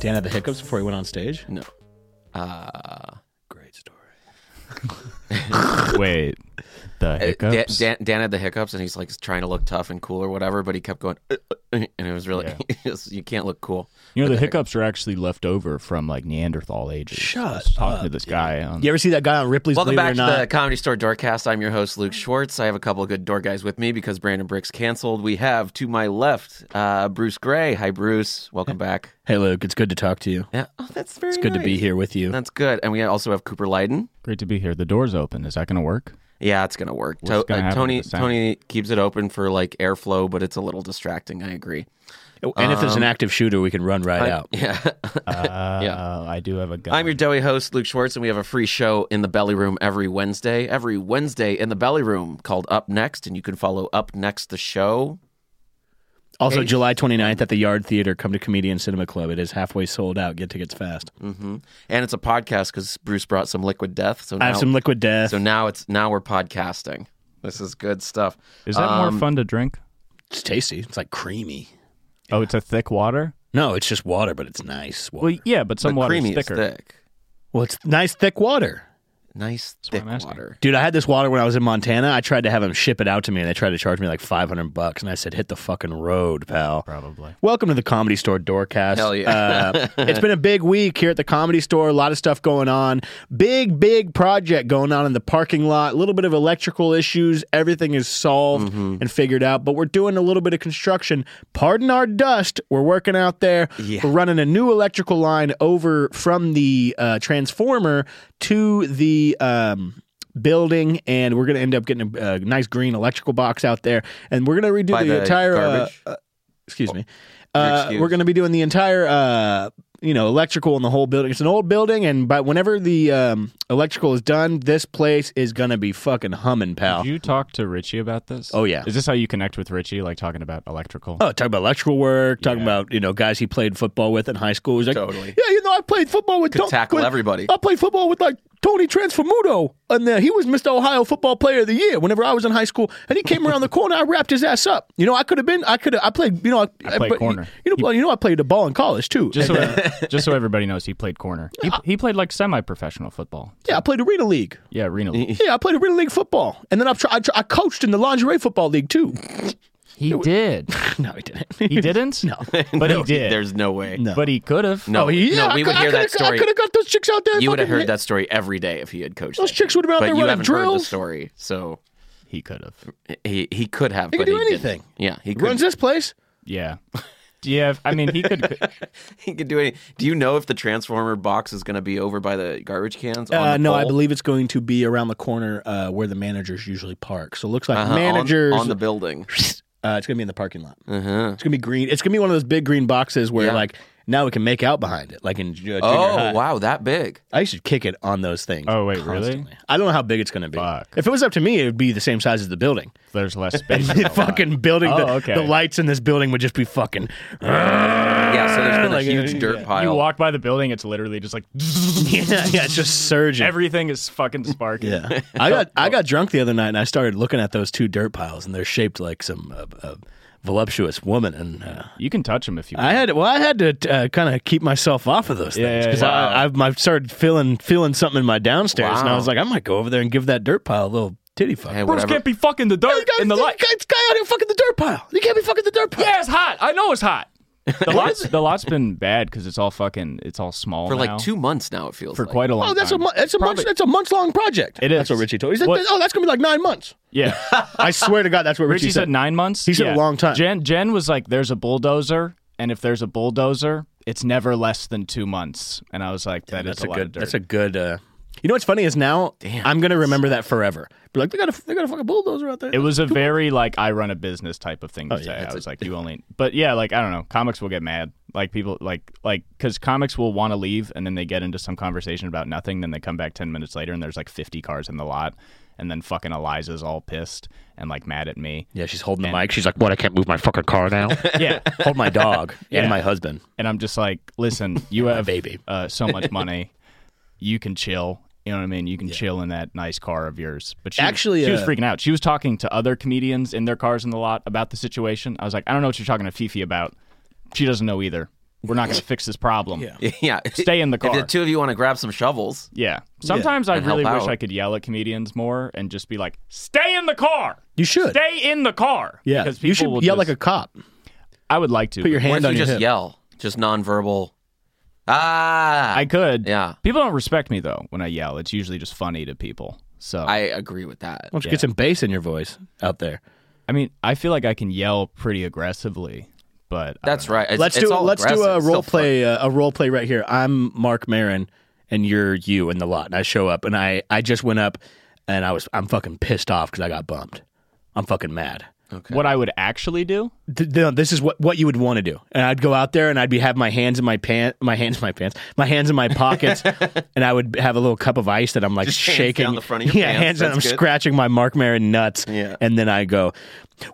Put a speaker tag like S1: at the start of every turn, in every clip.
S1: Dan had the hiccups before he went on stage.
S2: No. Uh,
S1: Great story.
S3: Wait, the
S2: Dan,
S3: hiccups.
S2: Dan, Dan had the hiccups and he's like trying to look tough and cool or whatever, but he kept going, "Uh, and it was really,
S3: Yeah.
S2: it was- you can't look cool.
S3: you know, the hiccups are actually left over from like Neanderthal ages. I was
S1: Shut
S3: talking
S1: up,
S3: to this guy. On,
S1: You ever see that guy on Ripley's
S2: Welcome back
S1: Believe It or
S2: to
S1: Not?
S2: the Comedy Store Doorcast. I'm your host, Luke Schwartz. I have a couple of good door guys with me because Brandon Bricks canceled. We have to my left, uh, Bruce Gray. Hi, Bruce. Welcome back.
S1: Hey, Luke, it's good to talk to you.
S2: Yeah. Oh, that's very
S1: It's good to be
S2: nice.
S1: here with you.
S2: That's good. And we also have Cooper Lyden.
S3: Great to be here. The door's open. Is that going to work?
S2: Yeah, it's gonna work.
S3: What's
S2: To-
S3: gonna
S2: uh,
S3: happen
S2: Tony
S3: to the sound?
S2: Tony keeps it open for like airflow, but it's a little distracting. I agree.
S1: and if there's an active shooter, we can run right
S2: Um, I-
S1: out.
S2: yeah.
S3: Uh,
S2: Yeah.
S3: I do have a gun.
S2: I'm your doughy host, Luke Schwartz, and we have a free show in the Belly Room every Wednesday. Every Wednesday in the Belly Room called Up Next, and you can follow Up Next the show.
S1: Also, July 29th at the Yard Theater, come to Comedian Cinema Club. It is halfway sold out. Get tickets fast.
S2: hmm And it's a podcast because Bruce brought some Liquid Death. So now,
S1: I have some Liquid Death.
S2: so now it's now we're podcasting. This is good stuff.
S3: Is that more fun to drink?
S1: it's tasty. It's like creamy.
S3: Oh, it's a thick water.
S1: No, it's just water, but it's nice. Water.
S3: Well, yeah, but some
S2: The
S3: water's
S2: creamy is
S3: thicker.
S2: thick,
S1: Well, it's nice, thick water.
S2: nice
S3: what
S2: thick
S3: I'm asking.
S2: water.
S1: Dude, I had this water when I was in Montana. I tried to have them ship it out to me, and they tried to charge me like 500 bucks. And I said, hit the fucking road, pal.
S3: Probably.
S1: Welcome to the Comedy Store Doorcast.
S2: Hell yeah.
S1: Uh, it's been a big week here at the Comedy Store. A lot of stuff going on. Big, big project going on in the parking lot. A little bit of electrical issues. Everything is solved
S2: Mm-hmm.
S1: and figured out. But we're doing a little bit of construction. Pardon our dust. We're working out there.
S2: Yeah.
S1: We're running a new electrical line over from the uh, transformer to the. Um, Building, and we're gonna end up getting a, a nice green electrical box out there, and we're gonna redo
S2: By
S1: the,
S2: the
S1: entire uh,
S2: garbage?
S1: uh, excuse
S3: Oh,
S1: me. Uh,
S2: excuse.
S1: we're going to be doing the entire, uh, you know, electrical in the whole building. It's an old building, and but whenever the um, electrical is done, this place is going to be fucking humming, pal.
S3: Did you talk to Richie about this?
S1: Oh, yeah.
S3: Is this how you connect with Richie? Like talking about electrical?
S1: Oh, talking about electrical work, talking
S3: Yeah.
S1: about you know guys he played football with in high school. He's like,
S2: Totally.
S1: yeah, you know, I played football with
S2: Could
S1: Ton-
S2: tackle
S1: with-
S2: everybody.
S1: I played football with like Tony Transformuto, and uh, he was Mr. Ohio Football Player of the Year whenever I was in high school. And he came around the corner, I wrapped his ass up. You know, I could have been, I could have, I played, you know, I,
S3: I played
S1: but-
S3: corner.
S1: You know, you know, I played the ball in college too.
S3: Just so, just so everybody knows, he played corner. He, he played like semi-professional football.
S1: yeah, I played arena league.
S3: Yeah, Reno.
S1: Yeah, I played arena league football, and then I tr- I, tr- I coached in the lingerie football league too.
S3: He did.
S1: no, he didn't.
S3: He didn't. no, but he did.
S2: There's no way.
S1: No.
S3: But he could have.
S2: No,
S1: Oh, yeah,
S2: no, we would
S1: I, cou- I
S2: hear that
S1: coulda- I
S2: story.
S1: could have got those chicks out there.
S2: You would have
S1: fucking
S2: heard that story every day if he had coached.
S1: Those
S2: that
S1: chicks
S2: kid.
S1: would have been out
S2: but
S1: there
S2: you
S1: running
S2: haven't heard the
S1: drills.
S2: story, so
S3: He could have.
S2: he he could have.
S1: He
S2: but
S1: could do
S2: he didn't.
S1: anything.
S2: Yeah, he could.
S1: Runs this place.
S3: Yeah. Yeah. I mean, he could.
S2: He could do any. Do you know if the transformer box is going to be over by the garbage cans? on
S1: Uh,
S2: the
S1: no, I
S2: pole?
S1: believe it's going to be around the corner uh, where the managers usually park. So it looks like
S2: Uh-huh, on-
S1: managers.
S2: on, the building.
S1: uh, it's gonna be in the parking lot.
S2: Uh-huh.
S1: It's gonna be green. It's gonna be one of those big green boxes where
S2: Yeah.
S1: like now we can make out behind it, like in uh, junior high.
S2: Oh wow, that big.
S1: I used to kick it on those things.
S3: Oh, wait, really?
S1: constantly. I don't know how big it's gonna be.
S3: Fuck.
S1: If it was up to me, it would be the same size as the building.
S3: There's less space. in
S1: the
S3: lot.
S1: fucking building, the,
S3: Oh, okay.
S1: the lights in this building would just be fucking.
S2: Yeah, so there's been a
S1: Like,
S2: huge
S1: uh,
S2: dirt
S1: yeah.
S2: pile.
S3: You walk by the building, it's literally just like
S1: yeah, yeah, it's just surging.
S3: everything is fucking sparking.
S1: yeah, I got I got drunk the other night and I started looking at those two dirt piles and they're shaped like some uh, uh, voluptuous woman and uh,
S3: You can touch him if you. want.
S1: I had well I had to uh, kind of keep myself off of those
S3: Yeah,
S1: things
S3: yeah,
S1: because I, I I started feeling feeling something in my downstairs and I
S2: Wow.
S1: was like I might go over there and give that dirt pile a little titty fuck.
S2: Hey,
S1: Bro,
S3: Bruce
S2: whatever.
S3: can't be fucking the
S1: you
S3: dirt
S1: guys-
S3: in the
S1: you
S3: light.
S1: guys- guy out here fucking the dirt pile. You can't be fucking the dirt pile.
S3: Yeah, it's hot. I know it's hot. The lot's the lot's been bad because it's all fucking it's all small
S2: for
S3: now.
S2: like two months now. It feels
S3: for
S2: like.
S3: quite a long.
S1: Oh, that's a
S3: time.
S1: mu- that's a month, that's a months long project.
S3: It
S1: That's
S3: is.
S1: what Richie told. me. He said,
S3: What-
S1: "Oh, that's gonna be like nine months."
S3: yeah.
S1: I swear to God, that's what Richie,
S3: Richie said nine months.
S1: He said a long time.
S3: Jen Jen was like, "There's a bulldozer, and if there's a bulldozer, it's never less than two months." And I was like, "That is
S1: That's a
S3: lot
S1: good.
S3: of dirt."
S1: That's a good. Uh, you know what's funny is now I'm gonna remember that forever. Be like, they got a they got a fucking bulldozer out there.
S3: it was a very like I run a business type of thing to say.
S1: that's
S3: I was like, you only, but yeah, like I don't know. Comics will get mad, like people, like like because comics will want to leave and then they get into some conversation about nothing. Then they come back ten minutes later and there's like fifty cars in the lot, and then fucking Eliza's all pissed and like mad at me.
S1: yeah, she's holding the mic. She's like, "What? I can't move my fucking car now.
S3: Yeah,
S1: Hold my dog
S3: Yeah.
S1: and my husband."
S3: and I'm just like, listen, you have
S1: baby.
S3: uh, so much money, you can chill. You know what I mean? You can chill in that nice car of yours. But she,
S1: Actually,
S3: she was
S1: uh,
S3: freaking out. She was talking to other comedians in their cars in the lot about the situation. I was like, I don't know what you're talking to Fifi about. She doesn't know either. We're not going to fix this problem.
S1: Yeah.
S2: yeah.
S3: Stay in the car.
S2: If the two of you want to grab some shovels,
S3: Yeah. Sometimes I
S2: And help
S3: really wish
S2: out.
S3: I could yell at comedians more and just be like, "Stay in the car.
S1: You should.
S3: Stay in the car."
S1: yeah,
S3: Because people
S1: you should
S3: will
S1: yell
S3: just,
S1: like a cop.
S3: I would like to.
S1: Put your
S2: what
S1: hand
S2: if
S1: on
S2: you
S1: your
S2: just
S1: hip.
S2: yell? Just nonverbal. Ah.
S3: I could.
S2: yeah.
S3: People don't respect me though when I yell. It's usually just funny to people. So
S2: I agree with that.
S1: Why don't you get some bass in your voice out there?
S3: I mean, I feel like I can yell pretty aggressively, but uh, I
S2: That's right. It's-
S1: Let's
S2: it's
S1: do
S2: all
S1: let's do
S2: aggressive.
S1: a
S2: It's
S1: role
S2: still
S1: play uh, a role play right here. I'm Mark Marin and you're you in the lot, and I show up and I I just went up and I was I'm fucking pissed off because I got bumped. I'm fucking mad.
S3: don't know. what I would actually do.
S1: Th- no, this is what, what you would want to do, and I'd go out there and I'd be have my hands in my pant, my hands in my pants, my hands in my pockets, and I would have a little cup of ice that I'm like
S2: Just hands
S1: shaking
S2: down the front of your
S1: yeah,
S2: pants,
S1: hands, and I'm
S2: that's good.
S1: scratching my Mark Maron nuts,
S2: Yeah.
S1: and then I go,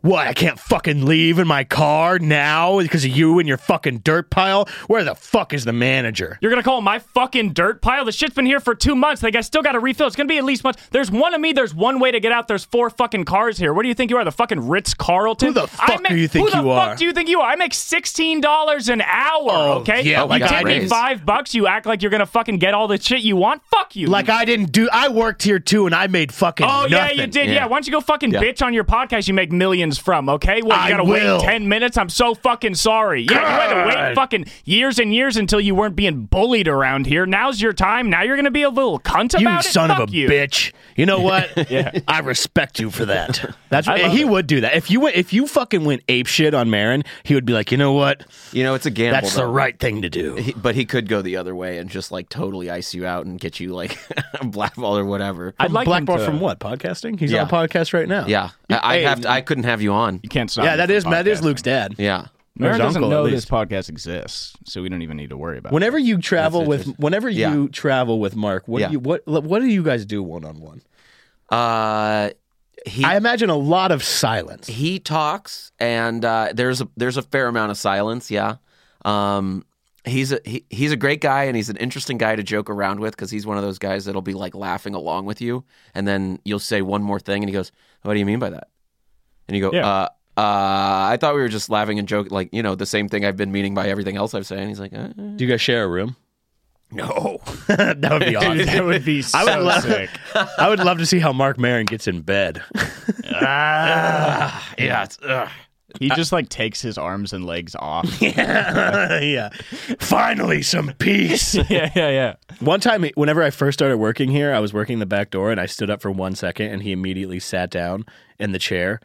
S1: "What? I can't fucking leave in my car now because of you and your fucking dirt pile. Where the fuck is the manager?"
S3: You're gonna call my fucking dirt pile? The shit's been here for two months. Like I still gotta refill. It's gonna be at least months. There's one of me. There's one way to get out. There's four fucking cars here. What do you think you are? The fucking Ritz Carlton?
S1: Who the
S3: I
S1: fuck do you think
S3: who the
S1: you
S3: fuck
S1: are?
S3: do you think you are? I make sixteen dollars an hour. okay.
S1: Oh, yeah,
S3: you
S1: like
S3: tip
S1: I
S3: me
S2: raise.
S3: five bucks. You act like you're gonna fucking get all the shit you want. Fuck you.
S1: Like I didn't do. I worked here too, and I made fucking.
S3: Oh
S1: nothing.
S3: yeah, you did. Yeah.
S2: Yeah.
S3: why don't you go fucking bitch on your podcast? You make millions from. Okay, well you
S1: I
S3: gotta
S1: will.
S3: wait ten minutes. I'm so fucking sorry. Yeah, you had to wait fucking years and years until you weren't being bullied around here. Now's your time. Now you're gonna be a little cunt about
S1: You
S3: it.
S1: son
S3: Fuck
S1: of a
S3: you.
S1: bitch. You know what? yeah. I respect you for that. That's
S3: I love
S1: he
S3: it.
S1: would do that. If you went if you fucking went ape shit on Marin, he would be like, "You know what?
S2: fun. You know, it's a gamble.
S1: That's the
S2: though.
S1: right thing to do."
S2: He- but he could go the other way and just like totally ice you out and get you like blackballed or whatever.
S3: I'd like him
S1: Blackball
S3: to-
S1: from what? Podcasting? He's
S2: Yeah.
S1: on a podcast right now.
S2: yeah, I, I
S1: Hey.
S2: have. To, I couldn't have you on.
S3: You can't stop.
S1: Yeah,
S3: me
S1: that
S3: from
S1: is that is
S3: podcasting.
S1: Luke's dad.
S2: Yeah,
S1: Or
S3: Maren
S1: his
S3: doesn't
S1: uncle, at
S3: know
S1: least.
S3: this podcast exists, so we don't even need to worry about. it.
S1: Whenever you travel with whenever you
S2: Yeah.
S1: travel with Mark, what
S2: Yeah.
S1: do you what what do you guys do one on one?
S2: uh, he
S1: I imagine a lot of silence.
S2: he talks and uh, there's a there's a fair amount of silence. Yeah, um, he's a he, he's a great guy and he's an interesting guy to joke around with because he's one of those guys that'll be like laughing along with you and then you'll say one more thing and he goes, "What do you mean by that?" And you go,
S3: Yeah.
S2: uh, uh, "I thought we were just laughing and joking, like you know the same thing I've been meaning by everything else I've said." And he's like, uh, uh.
S1: Do you guys share a room? No, that would be
S3: Dude,
S1: awesome.
S3: that would be so
S1: would love-
S3: sick.
S1: I would love to see how Mark Marin gets in bed.
S2: "Yeah, it's, ugh.
S3: He just like takes his arms and legs off.
S1: yeah. Finally, some peace.
S3: yeah, yeah, yeah.
S1: one time, whenever I first started working here, I was working the back door and I stood up for one second and he immediately sat down in the chair.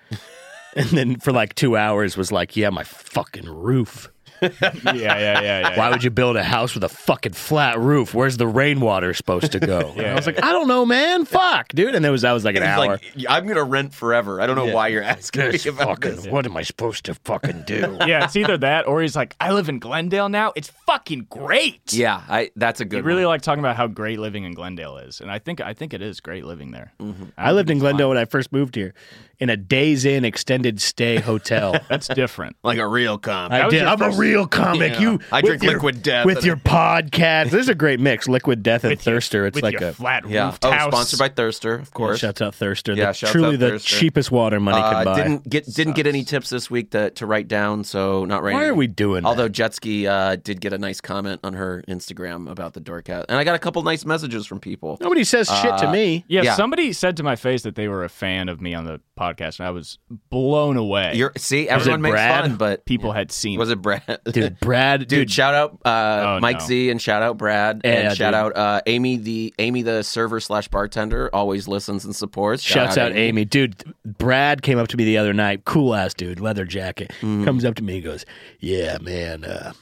S1: And then for like two hours was like, yeah, my fucking roof.
S3: Yeah, yeah, yeah, yeah.
S1: Why would you build a house with a fucking flat roof? Where's the rainwater supposed to go? And I was like, I don't know, man. Fuck, dude. And it was that was like an
S2: He's
S1: hour.
S2: like, I'm gonna rent forever. I don't know why you're asking
S1: This
S2: me about
S1: fucking-
S2: this."
S1: what am I supposed to fucking do?
S3: yeah, it's either that or he's like, I live in Glendale now. It's fucking great.
S2: Yeah, I, that's a
S3: He
S2: good.
S3: really
S2: one.
S3: like talking about how great living in Glendale is, and I think I think it is great living there.
S2: Mm-hmm.
S1: I lived in Glendale when I first moved here in a days in extended stay hotel.
S3: That's different.
S2: like a real comp.
S1: I
S3: was
S1: did.
S3: your
S1: I'm a
S3: first-
S1: real comic.
S2: Yeah.
S1: You.
S2: I
S1: with
S2: drink
S1: your-
S2: Liquid Death
S1: with
S2: and-
S1: your podcast. This is a great mix: Liquid Death and Thirster. it's
S3: With
S1: like
S3: your
S1: a
S3: flat
S2: Yeah.
S3: roofed
S2: Oh,
S3: house.
S2: sponsored by Thirster, of course.
S1: shouts out Thirster.
S2: Yeah,
S1: the,
S2: shouts
S1: truly
S2: out
S1: the
S2: Thirster.
S1: cheapest water money
S2: Uh,
S1: could buy.
S2: didn't get didn't get any tips this week to, to write down, so not right.
S1: Why are we doing? that?
S2: Although Jetski uh, did get a nice comment on her Instagram about the dork out, and I got a couple nice messages from people.
S1: nobody says shit to me.
S3: yeah,
S2: uh, Yeah.
S3: somebody said to my face that they were a fan of me on the podcast, and I was blown away.
S2: You're see, everyone makes
S1: Brad?
S2: fun, but
S3: People had seen.
S2: was it Brad?
S1: Dude, Brad.
S2: Dude, shout out uh,
S3: Oh,
S2: Mike
S3: no.
S2: Z and shout out Brad
S1: Yeah,
S2: and shout
S1: dude.
S2: out uh, Amy the Amy the server slash bartender always listens and supports. Shout
S1: Shouts out Amy. Dude, Brad came up to me the other night. Cool ass dude, leather jacket. Comes up to me and goes, Yeah, man, uh,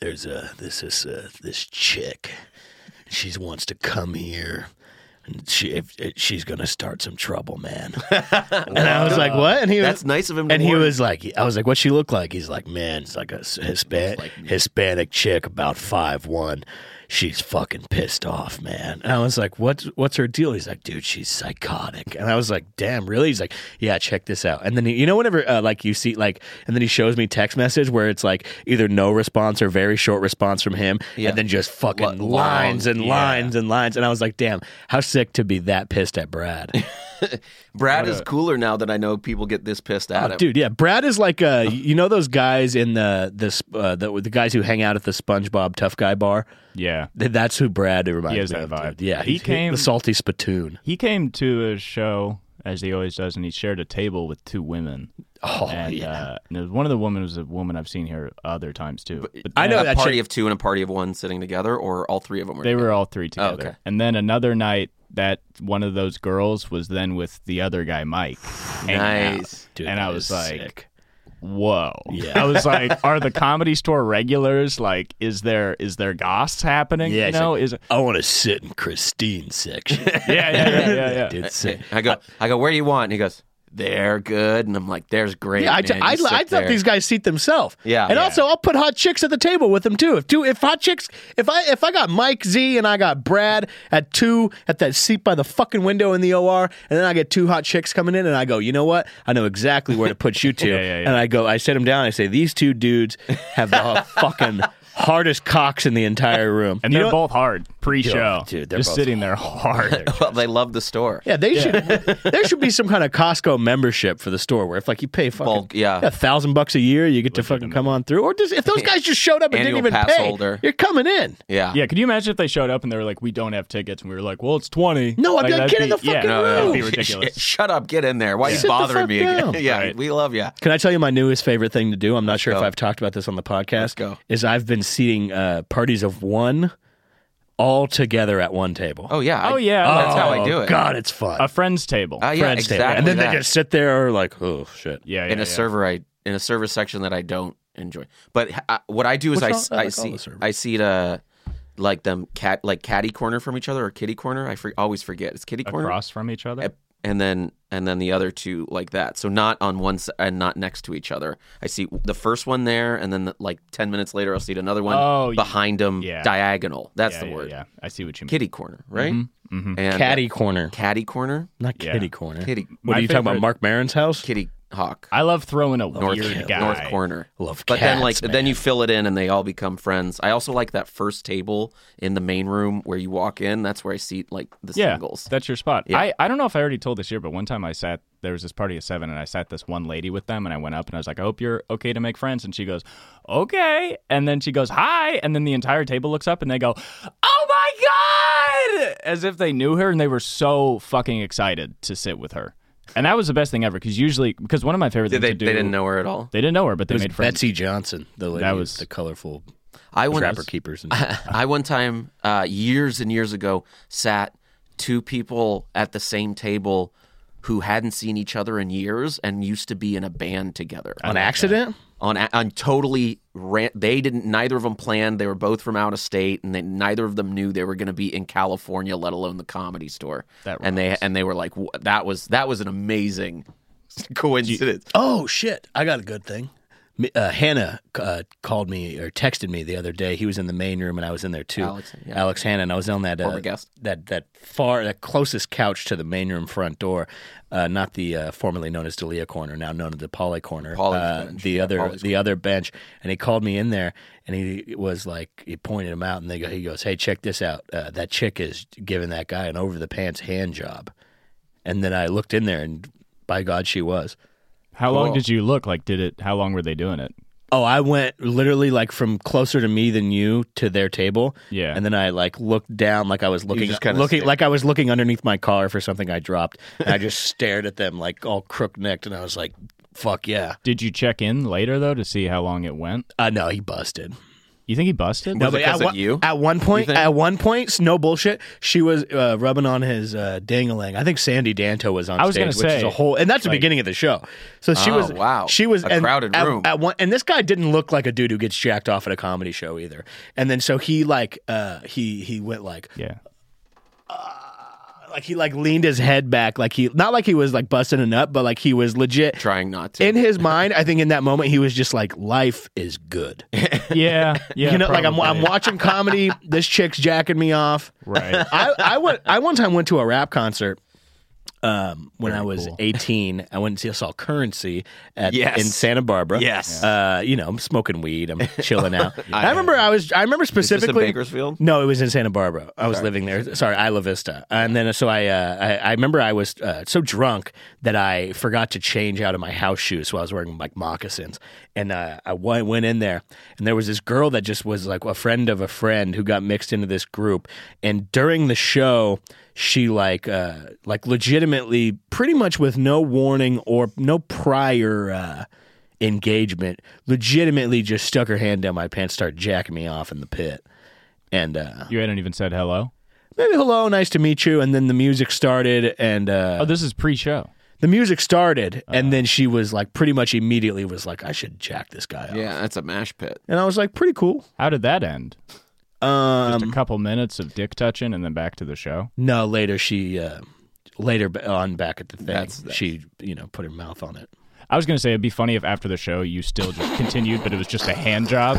S1: there's a this is uh, this chick. She wants to come here. And she if, if she's gonna start some trouble, man. and I was like, What? And he was
S2: That's nice of him. To
S1: and he
S2: warn.
S1: was like, I was like, what she look like? He's like, man, it's like a s- Hispan- Hispanic chick, about five one. She's fucking pissed off, man. And I was like, what's what's her deal? He's like, dude, she's psychotic. And I was like, damn, really? He's like, yeah, check this out. And then he, you know, whenever uh, like you see like, and then he shows me text message where it's like either no response or very short response from him,
S2: Yeah.
S1: and then just fucking
S2: Lo-
S1: lines and
S3: yeah.
S1: lines and lines. And I was like, damn, how sick to be that pissed at Brad.
S2: Brad
S3: What
S2: is
S3: a-
S2: cooler now that I know people get this pissed at him.
S1: Oh, Dude, yeah, Brad is like uh you know those guys in the the sp- uh, the, the guys who hang out at the SpongeBob Tough Guy bar.
S3: Yeah.
S1: Th- That's who Brad reminds
S3: He has
S1: me
S3: that
S1: of.
S3: vibe.
S1: dude. Yeah,
S3: He
S1: he's-
S3: came-
S1: the salty spittoon.
S3: He came to a show as he always does, and he shared a table with two women.
S1: Oh
S3: and
S1: yeah,
S3: uh, and one of the women was a woman I've seen here other times too. But
S1: I know
S2: a
S1: that
S2: party
S1: chick-
S2: of two and a party of one sitting together, or all three of them were.
S3: They were all
S2: Oh,
S3: three together.
S2: okay.
S3: And then another night, that one of those girls was then with the other guy, Mike. hanging out.
S2: nice.
S1: dude,
S3: and
S1: that
S3: I
S1: is
S3: was like,
S1: sick.
S3: whoa.
S1: Yeah.
S3: I was like, are the comedy store regulars like? Is there is there goss happening?
S1: Yeah,
S3: you
S1: it's
S3: know, is
S1: I want to sit in Christine's section.
S3: yeah, yeah, yeah, yeah, yeah.
S1: Dude, sick.
S2: I go, I go, where do you want? And he goes, they're good. And I'm like, there's great.
S1: Yeah, I,
S2: man.
S1: I,
S2: You sit
S1: I
S2: there."
S1: thought these guys seat themselves.
S2: Yeah.
S1: and
S2: Yeah.
S1: also I'll put hot chicks at the table with them too. If two, if hot chicks, if I if I got Mike Z and I got Brad at two at that seat by the fucking window in the OR, and then I get two hot chicks coming in, and I go, you know what? I know exactly where to put you two.
S3: Yeah, yeah, yeah.
S1: And I go, I sit them down. I say, these two dudes have the fucking hardest cocks in the entire room.
S3: And
S1: You
S3: they're
S1: know what?
S3: both hard pre-show.
S1: dude, they're
S3: just
S1: both
S3: sitting there hard.
S2: Well, they love the store.
S1: Yeah, they should. there should be some kind of Costco membership for the store where if like you pay fucking
S2: Bulk, yeah.
S1: a thousand bucks a year, you get to fucking come on through. Or just, if those guys just showed up and didn't
S2: Annual
S1: even
S2: pass
S1: pay,
S2: holder.
S1: you're coming in.
S2: Yeah.
S3: yeah, could you imagine if they showed up and they were like, "We don't have tickets," and we were like, "Well, it's 20.
S1: No, I'd be like,
S3: that'd
S1: "Get in the fucking
S3: yeah,
S1: room."
S3: That'd be
S1: Oh, Shit,
S3: ridiculous.
S2: Sh- shut up. Get in there. Why are you
S1: Sit the
S2: bothering
S1: fuck
S2: me again?
S1: down.
S2: yeah.
S3: Right.
S2: We love you.
S1: Can I tell you my newest favorite thing to do? I'm not sure if
S2: go.
S1: I've talked about this on the podcast.
S2: go.
S1: Is I've been seating uh, parties of one all together at one table.
S2: Oh, yeah. I-
S3: Oh yeah,
S2: That's
S3: like
S2: how I
S1: Oh,
S2: do it.
S1: God, it's fun.
S3: a friend's table.
S2: Uh, yeah,
S1: Friends
S2: exactly.
S1: table. And then
S2: that.
S1: they just sit there like, oh, shit.
S3: yeah, yeah,
S2: in a
S3: yeah.
S2: server I in a server section that I don't enjoy. But h- I, what I do is
S1: What's
S2: I,
S1: wrong-
S2: s-
S1: I
S2: I
S1: like all
S2: see
S1: the servers.
S2: I see the like them cat like catty corner from each other or kitty corner. I for, always forget it's kitty corner.
S3: across from each other.
S2: I- and then and then the other two like that. So not on one s- and not next to each other. I see the first one there, and then like ten minutes later, I'll see another one
S3: Oh, y-
S2: behind them,
S3: yeah.
S2: diagonal. That's
S3: yeah,
S2: the
S3: yeah,
S2: word.
S3: Yeah, I see what you mean.
S2: Kitty corner, right?
S3: Mm-hmm.
S2: And
S1: Caddy corner,
S2: catty corner,
S1: not
S3: Yeah.
S1: kitty corner.
S2: kitty
S1: What
S3: My
S1: are you talking about?
S3: favorite-
S1: Mark Maron's house?
S2: kitty hawk,
S3: I love throwing a
S2: north
S3: weird guy.
S2: north corner.
S1: Love
S2: But then, like,
S1: cats,
S2: then you fill it in, and they all become friends. I also like that first table in the main room where you walk in. That's where I see like the
S3: Yeah,
S2: singles.
S3: that's your spot.
S2: Yeah.
S3: I, I don't know if I already told this year, but one time I sat there was this party of seven, and I sat this one lady with them, and I went up and I was like, "I hope you're okay to make friends," and she goes, "Okay," and then she goes, "Hi," and then the entire table looks up and they go, "Oh my god!" as if they knew her, and they were so fucking excited to sit with her, and that was the best thing ever because usually because one of my favorite
S2: They,
S3: things
S2: they
S3: to do
S2: didn't know her at all.
S3: they didn't know her, but they
S1: It was
S3: made friends.
S1: Betsy Johnson, the lady,
S3: That
S1: with
S3: was-
S1: the colorful
S2: I went.
S1: trapper keepers. And
S2: I one time uh, years and years ago sat two people at the same table who hadn't seen each other in years and used to be in a band together.
S1: on accident?
S2: on on totally ran, they didn't neither of them planned they were both from out of state and then neither of them knew they were going to be in California let alone the comedy store
S3: That
S2: and they and they were like "Wha- that was that was an amazing coincidence
S1: Oh shit! I got a good thing. Me- Uh, Hannah uh, called me or texted me the other day. He was in the main room and I was in there too.
S2: Alex, yeah.
S1: Alex Hannah and I was on that uh,
S2: Former guest.
S1: that that far that closest couch to the main room front door, uh, not the uh, formerly known as Delia corner, now known as the Polly corner.
S2: Polly's
S1: uh,
S2: bench.
S1: The other the other bench, and he called me in there and he was like he pointed him out and they go he goes hey check this out uh, that chick is giving that guy an over the pants hand job, and then I looked in there and by God she was.
S3: How long
S2: Cool.
S3: did you look? Like, did it? How long were they doing it?
S1: Oh, I went literally like from closer to me than you to their table.
S3: Yeah.
S1: And then I like looked down like I was looking
S2: just kinda
S1: looking
S2: stared.
S1: like I was looking underneath my car for something I dropped. And I just stared at them like all crook necked and I was like, fuck yeah.
S3: Did you check in later though to see how long it went?
S1: Uh no, he busted.
S3: You think he busted?
S2: Was it
S1: at,
S2: 'cause of
S1: one-
S2: you?
S1: at one point,
S2: think?
S1: at one point, s- no bullshit. She was uh, rubbing on his uh, dangalang. I think Sandy Danto was on
S3: I was
S1: stage,
S3: gonna
S1: which is
S3: say,
S1: a whole, and that's the
S3: like-
S1: beginning of the show. So she
S2: Oh,
S1: was,
S2: wow.
S1: she was
S2: A
S1: and
S2: crowded
S1: at-
S2: room.
S1: at one, and this guy didn't look like a dude who gets jacked off at a comedy show either. And then so he like, uh, he he went like,
S3: yeah.
S1: like he like leaned his head back, like he not like he was like busting a nut, but like he was legit.
S2: trying not to
S1: In his mind, I think in that moment he was just like, "Life is good,"
S3: Yeah. Yeah.
S1: you know. Like I'm, I'm
S3: probably.
S1: watching comedy. this chick's jacking me off.
S3: Right.
S1: I, I went I one time went to a rap concert um, when I was 18, I went and see, I saw Currency at,
S2: Yes.
S1: in Santa Barbara.
S2: Yes.
S1: Uh, you know, I'm smoking weed. I'm chilling out. I, remember I was, I remember
S2: Is this in
S1: specifically.
S2: Bakersfield?
S1: No, it was in Santa Barbara. I was living there. Sorry, Isla Vista. And then so I, uh, I, I remember I was uh, so drunk that I forgot to change out of my house shoes, so I was wearing like moccasins. And uh, I w- went in there, and there was this girl that just was like a friend of a friend who got mixed into this group. And during the show, she like uh, like legitimately, pretty much with no warning or no prior. Uh, engagement legitimately just stuck her hand down my pants started jacking me off in the pit and uh,
S3: You hadn't even said hello.
S1: maybe hello, nice to meet you, and then the music started, and uh,
S3: Oh, this is pre-show.
S1: the music started, and then she was like, pretty much immediately was like, I should jack this guy up,
S2: Yeah, that's a mash pit.
S1: and I was like, pretty cool.
S3: How did that end?
S1: Um,
S3: Just a couple minutes of dick touching and then back to the show.
S1: no, later she, uh, later b- on back at the thing,
S2: That's- that's-
S1: she, you know, put her mouth on it.
S3: I was gonna say it'd be funny if after the show you still just continued, but it was just a hand job.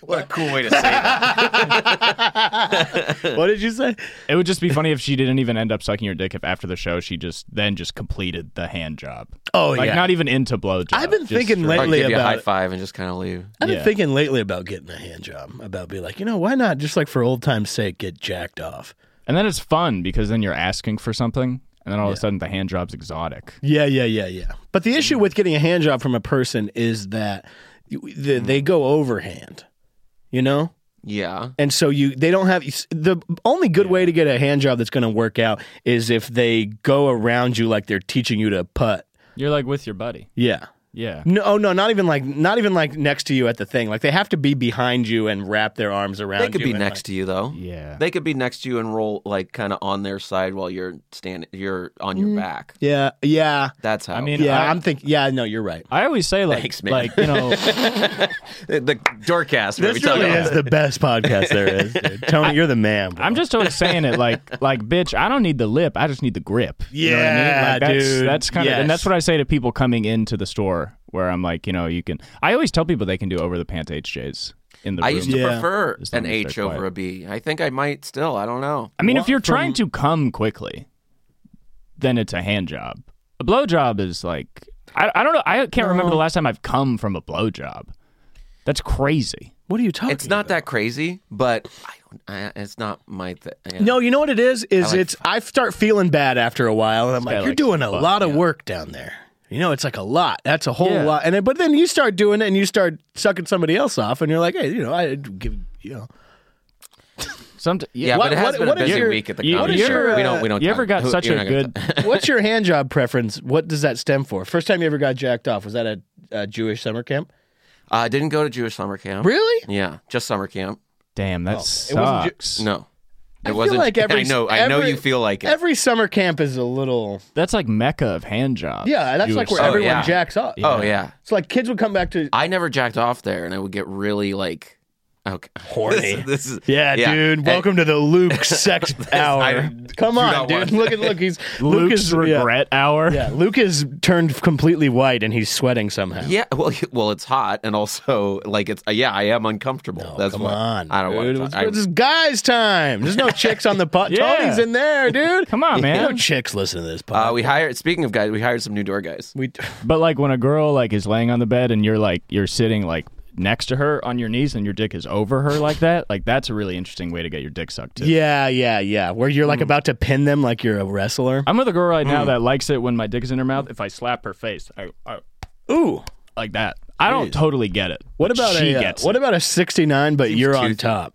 S2: What a cool way to say that.
S1: what did you say?
S3: It would just be funny if she didn't even end up sucking your dick. If after the show she just then just completed the hand job,
S1: Oh
S3: like
S1: yeah,
S3: not even into blowjob.
S1: I've been
S3: just
S1: thinking
S3: straight-
S2: Or
S1: lately
S2: give you a
S1: about.
S2: high five and just kind of leave.
S1: I've been
S3: Yeah.
S1: thinking lately about getting a hand job. About be like, you know, why not just like for old time's sake get jacked off?
S3: and then it's fun because then you're asking for something, and then all of a sudden the hand job's exotic.
S1: Yeah, yeah, yeah, yeah. But the issue with getting a hand job from a person is that you- the, they go overhand, you know?
S2: Yeah.
S1: And so you they don't have the only good way to get a hand job that's going to work out is if they go around you like they're teaching you to putt.
S3: You're like with your buddy.
S1: Yeah.
S3: Yeah.
S1: No, oh, no, not even like not even like next to you at the thing. Like they have to be behind you and wrap their arms around
S2: They could
S1: you
S2: be
S1: and,
S2: next to you though.
S3: Yeah.
S2: They could be next to you and roll like kind of on their side while you're standing. You're on your back.
S1: like- yeah, yeah.
S2: That's how.
S3: I mean,
S1: Yeah,
S3: I-
S1: I'm thinking yeah, no, you're right.
S3: I always say like,
S2: Thanks, man.
S3: like you know,
S2: the, the Dorcast. where we
S1: This
S2: talk
S1: really
S2: about-
S1: is the best podcast there is. dude. Tony, you're the man. bro.
S3: I'm just always saying it like, like bitch, I don't need the lip, I just need the grip. You know what I mean?
S1: Yeah,
S3: Like, that's,
S1: dude.
S3: That's kind of,
S1: Yes.
S3: and that's what I say to people coming into the store where I'm like, you know, you can. I always tell people they can do over the pants HJs in the
S2: I
S3: room.
S2: used to
S1: Yeah.
S2: prefer
S3: As long
S2: an
S3: as
S2: H
S3: they're
S2: over
S3: quiet.
S2: a B. I think I might still. I don't know.
S3: I mean, if
S1: What
S3: you're
S1: from-
S3: trying to come quickly, then it's a hand job. A blow job is like I, I don't know. I can't remember the last time I've come from a blow job. That's crazy.
S1: What are you talking
S2: It's not that crazy, but I don't. I, it's not my thing.
S1: No, you know what it is? Is
S2: like
S1: it's I start feeling bad after a while, and I'm like,
S3: gotta,
S1: you're
S3: like,
S1: doing a
S3: fuck,
S1: lot of work down there. You know, it's like a lot. That's a whole lot. And then, but then you start doing it, and you start sucking somebody else off, and you're like, hey, you know, I give you know.
S3: Some
S2: Yeah,
S1: What-
S2: but it has
S1: what-
S2: been
S1: what
S2: a
S1: is
S2: busy
S1: your-
S2: week at the
S3: you-
S2: comedy
S3: what is
S2: store.
S1: your,
S2: we
S1: uh,
S2: don't. We don't.
S3: you ever
S2: talk-
S3: got
S2: who-
S3: such
S2: you're
S3: a
S2: not gonna
S3: good-
S2: talk-
S1: What's your hand job preference? What does that stem for? First time you ever got jacked off was that a, a Jewish summer camp?
S2: I didn't go to Jewish summer camp.
S1: Really?
S2: Yeah, just summer camp.
S3: damn that
S1: it wasn't ju-
S3: sucks.
S2: No, it
S1: I feel
S2: wasn't.
S1: like every-
S2: I know. I know
S1: every-
S2: you feel like it.
S1: Every summer camp is a little.
S3: That's like mecca of hand jobs.
S1: Yeah, that's like
S3: Jewish
S1: where
S2: summer
S1: everyone
S2: camp.
S1: jacks off.
S2: oh yeah,
S1: It's like kids would come back to
S2: I never jacked off there, and I would get really like, okay,
S1: Horny.
S2: This, this is
S1: Yeah, dude.
S2: And-
S1: Welcome to the Luke sex hour.
S2: I
S1: Come
S2: do
S1: on,
S2: not
S1: dude.
S2: want-
S1: Look at look. He's Luke
S3: Luke's
S1: is yeah,
S3: regret hour.
S1: yeah, Luke is turned completely white and he's sweating somehow.
S2: Yeah, well, you- well, it's hot, and also like it's uh, yeah, I am uncomfortable.
S1: Oh,
S2: That's
S1: come
S2: what,
S1: on.
S2: I don't
S1: dude.
S2: want.
S1: It's-
S2: To, I,
S1: This is guys' time. There's no chicks on the pot.
S3: Yeah.
S1: Tony's in there, dude.
S3: Come on,
S1: No
S3: man.
S1: chicks listen to this podcast.
S2: uh, we hired. Speaking of guys, we hired some new door guys.
S1: we,
S3: But like when a girl like is laying on the bed and you're like you're sitting like next to her on your knees and your dick is over her like that, like that's a really interesting way to get your dick sucked too.
S1: yeah, yeah, yeah. Where you're like about to pin them like you're a wrestler.
S3: I'm with a girl right
S1: Mm.
S3: now that likes it when my dick is in her mouth. If I slap her face, I, I
S1: Ooh.
S3: like that. I don't totally get it.
S1: What about
S3: she
S1: a uh,
S3: gets?
S1: what about a 69? But you're on
S2: cute.
S1: top.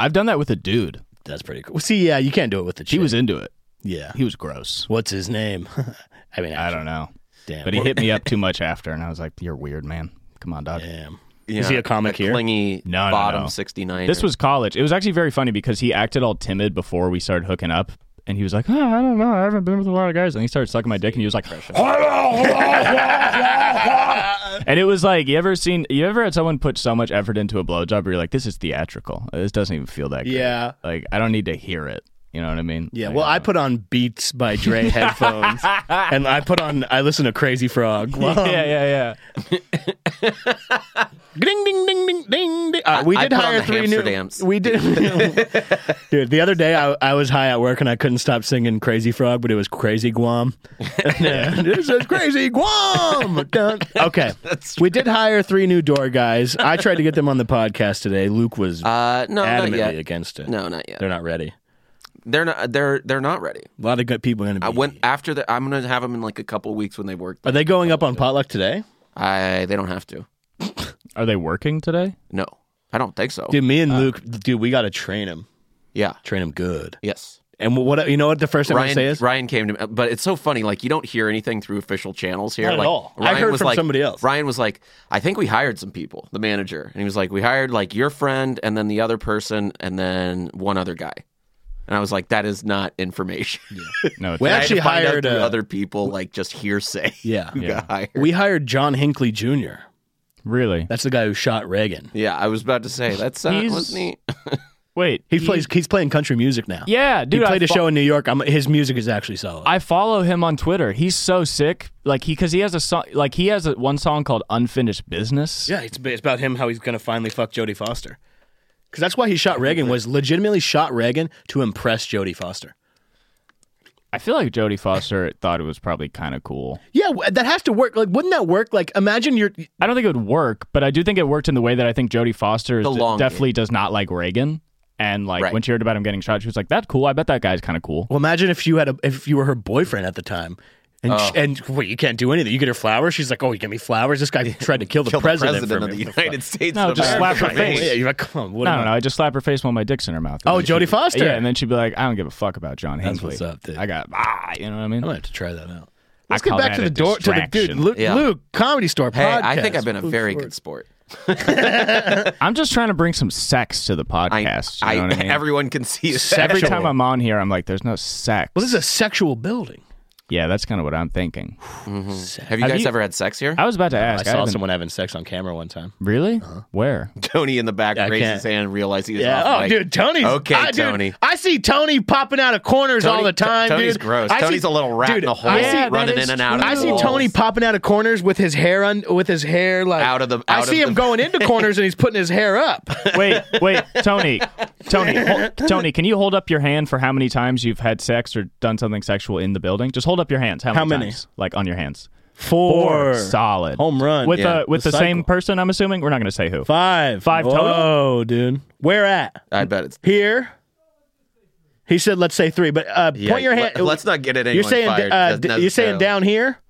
S3: I've done that with a dude.
S1: That's pretty cool. See, yeah, you can't do it with the.
S3: He
S1: chick.
S3: was into it.
S1: Yeah.
S3: He was gross.
S1: What's his name? I mean,
S3: I don't know,
S1: Damn.
S3: but he hit me up too much after, and I was like, "You're weird, man. Come on, dog."
S1: Damn.
S2: Yeah,
S1: Is he a comic here?
S2: Clingy
S3: No, no,
S2: bottom
S3: no.
S2: sixty nine.
S3: This was college. It was actually very funny because he acted all timid before we started hooking up. And he was like, oh, I don't know. I haven't been with a lot of guys. And he started sucking my dick and he was like, and it was like, you ever seen, you ever had someone put so much effort into a blowjob where you're like, this is theatrical. This doesn't even feel that good.
S1: Yeah.
S3: Like, I don't need to hear it. You know what I mean?
S1: Yeah,
S3: Like,
S1: well, I
S3: don't-
S1: put on Beats by Dre headphones, and I put on I listen to Crazy Frog. Well,
S3: yeah, yeah, yeah.
S1: Ding ding ding ding ding. ding. Uh,
S2: I-
S1: we
S2: I
S1: did
S2: put on
S1: hire
S2: the
S1: three new.
S2: Hamsterdams.
S1: We did, dude. The other day, I, I was high at work and I couldn't stop singing Crazy Frog, but it was Crazy Guam. And, uh, this is Crazy Guam. Dun. Okay,
S2: That's
S1: we did hire three new door guys. I tried to get them on the podcast today. Luke was
S2: Uh, no, not
S1: adamantly
S2: yet.
S1: against it.
S2: No, not yet.
S1: They're not ready.
S2: They're not. They're they're not ready.
S1: A lot of good people are going
S2: I
S1: to be.
S2: went after the. I'm gonna have them in like a couple weeks when they work.
S1: are they going up on potluck today?
S2: I they don't have to.
S3: Are they working today?
S2: No, I don't think so.
S1: Dude, me and Luke, dude, we got to train him.
S2: Yeah.
S1: Train him good.
S2: Yes.
S1: And what you know what the first thing I say
S2: Ryan,
S1: is
S2: Ryan came to me, but it's so funny. Like you don't hear anything through official channels here.
S1: Not at
S2: like,
S1: all. I
S2: Ryan
S1: heard
S2: was
S1: from
S2: like,
S1: somebody else.
S2: Ryan was like, I think we hired some people, the manager, and he was like, we hired like your friend and then the other person and then one other guy, and I was like, that is not information.
S3: No. it's
S1: We
S2: I had to
S1: actually
S2: find out
S1: hired,
S2: through
S1: uh,
S2: other people, like just hearsay.
S1: yeah.
S2: who got hired.
S1: We hired John Hinckley Jr.
S3: Really?
S1: That's the guy who shot Reagan.
S2: Yeah, I was about to say that's uh,
S3: He's-
S2: was neat.
S3: Wait.
S1: He plays he's playing country music now.
S3: Yeah, dude.
S1: he played
S3: I
S1: a
S3: fo-
S1: show in New York. I'm, his music is actually solid.
S3: I follow him on Twitter. He's so sick. Like he, because he has a song. Like he has a, one song called "Unfinished Business."
S1: yeah, it's, it's about him how he's gonna finally fuck Jodie Foster. Because that's why he shot Reagan was legitimately shot Reagan to impress Jodie Foster.
S3: I feel like Jodie Foster thought it was probably kind of cool.
S1: Yeah, w- that has to work. Like, wouldn't that work? Like, imagine you're
S3: I don't think it would work, but I do think it worked in the way that I think Jodie Foster is
S2: The long
S3: definitely does not like Reagan. And like
S2: Right.
S3: when she heard about him getting shot, she was like, "That's cool. I bet that guy's kind of cool."
S1: Well, imagine if you had a if you were her boyfriend at the time. And, sh
S2: Oh.
S1: and wait, you can't do anything. You get her flowers. She's like, "Oh, you give me flowers." This guy tried to kill the
S2: Kill
S1: president,
S2: the
S1: for
S2: president of
S1: me.
S2: the United States.
S3: No,
S2: of
S3: just
S2: America.
S3: slap her
S2: Right.
S1: Yeah,
S3: face.
S1: you're like, "Come on, what
S3: I
S1: am
S3: don't know. I just slap her face while my dick's in her mouth.
S1: Oh,
S3: And then
S1: Jodie
S3: she'd be-
S1: Foster.
S3: Yeah, and then she'd be like, "I don't give a fuck about John Hinckley.
S1: what's up, dude.
S3: I got ah, you know what I mean?
S1: I'm gonna have to try that out.
S3: I
S1: Let's get
S3: call
S1: back
S3: that
S1: to
S3: a
S1: the door to the dude
S3: distraction.
S1: Luke,
S2: Yeah.
S1: Luke Comedy Store
S2: Hey,
S1: podcast.
S2: I think I've been a
S1: Luke
S2: very
S1: Ford.
S2: good sport.
S3: I'm just trying to bring some sex to the
S2: I,
S3: podcast. you
S2: I,
S3: know what I mean?
S2: everyone can see that.
S3: Every
S1: sexual.
S3: time I'm on here, I'm like, "There's no sex."
S1: Well, this is a sexual building.
S3: yeah, that's kind of what I'm thinking.
S2: Have you
S3: Have
S2: guys
S3: you-
S2: ever had sex here?
S3: I was about to ask.
S1: I saw
S3: I
S1: Uh-huh.
S3: haven't-
S1: someone having sex on camera one time.
S3: Really? Where?
S2: Tony in the back
S1: I
S2: raised
S1: can't.
S2: his hand and realized he was
S1: Yeah.
S2: off
S1: Oh,
S2: mic.
S1: dude, Tony's
S2: Okay,
S1: I, dude,
S2: Tony.
S1: I see Tony popping out of corners
S2: Tony-
S1: all the time.
S2: Tony's
S1: dude.
S2: gross.
S1: I see-
S2: Tony's a little rat
S1: dude,
S2: in a hole,
S1: I see-
S3: Yeah, that
S2: running
S3: is
S2: in and out.
S1: I
S2: of the
S1: see
S2: walls.
S1: Tony popping out of corners with his hair on with his hair like
S2: Out of the-
S1: I
S2: out
S1: see
S2: of
S1: him
S2: the-
S1: going into corners and he's putting his hair up.
S3: Wait, wait, Tony, Tony, hol- Tony, can you hold up your hand for how many times you've had sex or done something sexual in the building? Just hold up your hands. How many?
S1: How many?
S3: times? Like on your hands.
S1: Four,
S3: solid
S1: Home run.
S3: with
S2: Yeah.
S3: uh, with the,
S1: The
S3: same
S1: cycle.
S3: person. I'm assuming we're not going to say who.
S1: Five.
S3: Five
S1: Whoa,
S3: total?
S1: dude. Where at?
S2: I bet it's.
S1: Here. He said, "Let's say three, but uh,
S2: Yeah,
S1: point your hand.
S2: let- Let's not get it.
S1: you're saying uh, d- you're saying down here.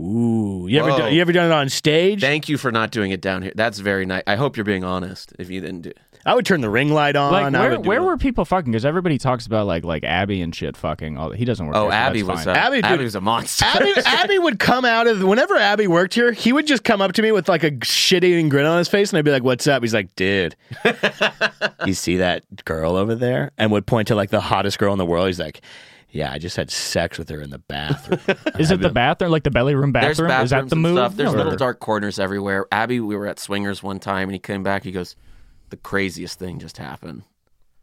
S1: Ooh, you ever
S2: Whoa.
S1: do, you ever done it on stage?
S2: Thank you for not doing it down here. That's very nice. I hope you're being honest. If you didn't do,
S1: I would turn the ring light on.
S3: Like
S1: I
S3: where,
S1: would do
S3: where
S1: it.
S3: were people fucking? Because everybody talks about like like Abby and shit fucking. All he doesn't work.
S2: oh,
S3: here, so
S2: Abby
S3: that's
S2: was
S3: fine.
S2: uh,
S1: Abby,
S2: Abby,
S1: dude.
S2: was a monster.
S1: Abby, Abby would come out of whenever Abby worked here, he would just come up to me with like a shit eating grin on his face, and I'd be like, "What's up?" He's like, "Dude, you see that girl over there?" And would point to like the hottest girl in the world. He's like, "Yeah, I just had sex with her in the bathroom."
S3: Is it the bathroom? Like the belly room
S2: uh, There's
S3: bathroom?
S2: bathrooms
S3: Is that the
S2: and
S3: move?
S2: stuff. There's
S3: or-
S2: little dark corners everywhere. Abby, we were at Swingers one time, and he came back. He goes, "The craziest thing just happened.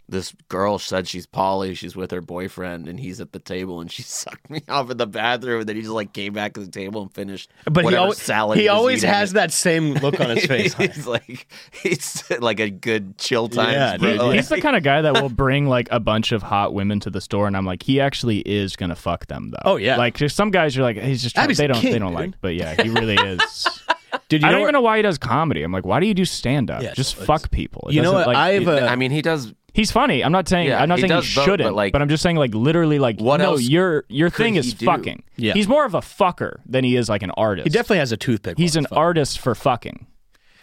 S2: This girl said she's Polly. She's with her boyfriend, and he's at the table, and she sucked me off in the bathroom. And then he just like came back to the table and finished.
S1: But he
S2: whatever
S1: always
S2: salad
S1: he
S2: was
S1: always
S2: eating.
S1: has that same look on his face.
S2: he's like he's like a good chill time.
S1: Yeah,
S2: bro.
S1: dude,
S2: Like,
S3: He's the kind of guy that will bring like a bunch of hot women to the store, and I'm like, he actually is gonna fuck them though.
S1: Oh, yeah.
S3: like there's some guys you're like, he's just trying,
S1: Abby's
S3: they
S1: a
S3: don't
S1: king,
S3: they don't
S1: dude.
S3: like, but yeah, he really is.
S1: Did you
S3: I
S1: know
S3: don't
S1: where-
S3: even know why he does comedy. I'm like, why do you do stand up?
S1: Yeah,
S3: just
S1: it's-
S3: fuck people. It
S1: you know
S3: doesn't,
S1: what?
S3: like,
S1: I've
S3: it-
S1: uh,
S2: I mean, he does.
S3: he's funny. I'm not saying
S2: Yeah,
S3: I'm not
S2: he
S3: saying he
S2: does both,
S3: shouldn't,
S2: but, like,
S3: I'm just saying like literally like
S2: what
S3: no,
S2: else
S3: your your thing
S2: he
S3: is
S2: do?
S3: fucking.
S1: Yeah.
S3: he's more of a fucker than he is like an artist.
S1: he definitely has a toothpick.
S3: he's
S1: on
S3: an
S1: his phone.
S3: artist for fucking.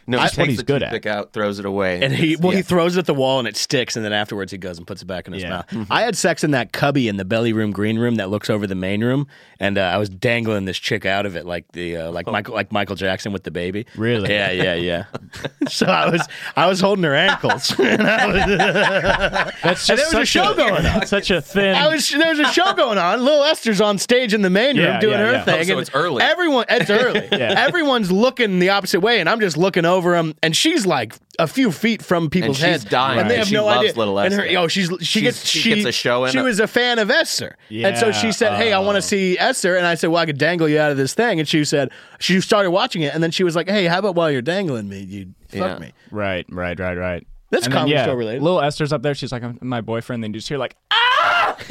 S2: No,
S3: That's
S2: he
S3: what
S2: takes
S3: he's
S2: the
S3: good at.
S2: toothpick out, throws it away,
S1: and he well
S2: yeah.
S1: he throws it at the wall and it sticks, and then afterwards he goes and puts it back in his
S3: Yeah. Mm-hmm.
S1: mouth. I had sex in that cubby in the belly room, green room that looks over the main room, and uh, I was dangling this chick out of it like the uh, like Michael like Michael Jackson with the baby.
S3: Oh. Really?
S1: Yeah, yeah, yeah. so I was I was holding her ankles. and I was,
S3: That's just
S1: And there was a
S3: such
S1: show going on.
S3: Such a thin.
S1: I was there was a show going on. Lil Esther's on stage in the main room
S3: Yeah,
S1: doing
S3: yeah,
S1: her
S3: yeah.
S1: thing.
S2: Oh, so
S1: and
S2: it's early.
S1: Everyone, it's early.
S3: Yeah.
S1: Everyone's looking the opposite way, and I'm just looking over him, and she's like a few feet from people's
S2: she's
S1: heads,
S2: dying
S1: and they have
S2: because she
S1: no
S2: loves
S1: idea.
S2: Little
S1: and her,
S2: Esther.
S1: oh, she's she
S2: She's-
S1: gets
S2: she gets a show in
S1: She
S2: it.
S1: was a fan of Esther, and so she
S3: Yeah,
S1: said, "Hey, I want to see Esther," and I said, "Well, I could dangle you out of this thing," and she said she started watching it, and then she was like, "Hey, how about while you're dangling me, you fuck
S2: Yeah.
S1: me?"
S3: Right, right, right, right.
S1: That's
S3: And then,
S1: comedy
S3: yeah,
S1: store related.
S3: Little Esther's up there. She's like, I'm my boyfriend. Then you just hear like, ah, Oh,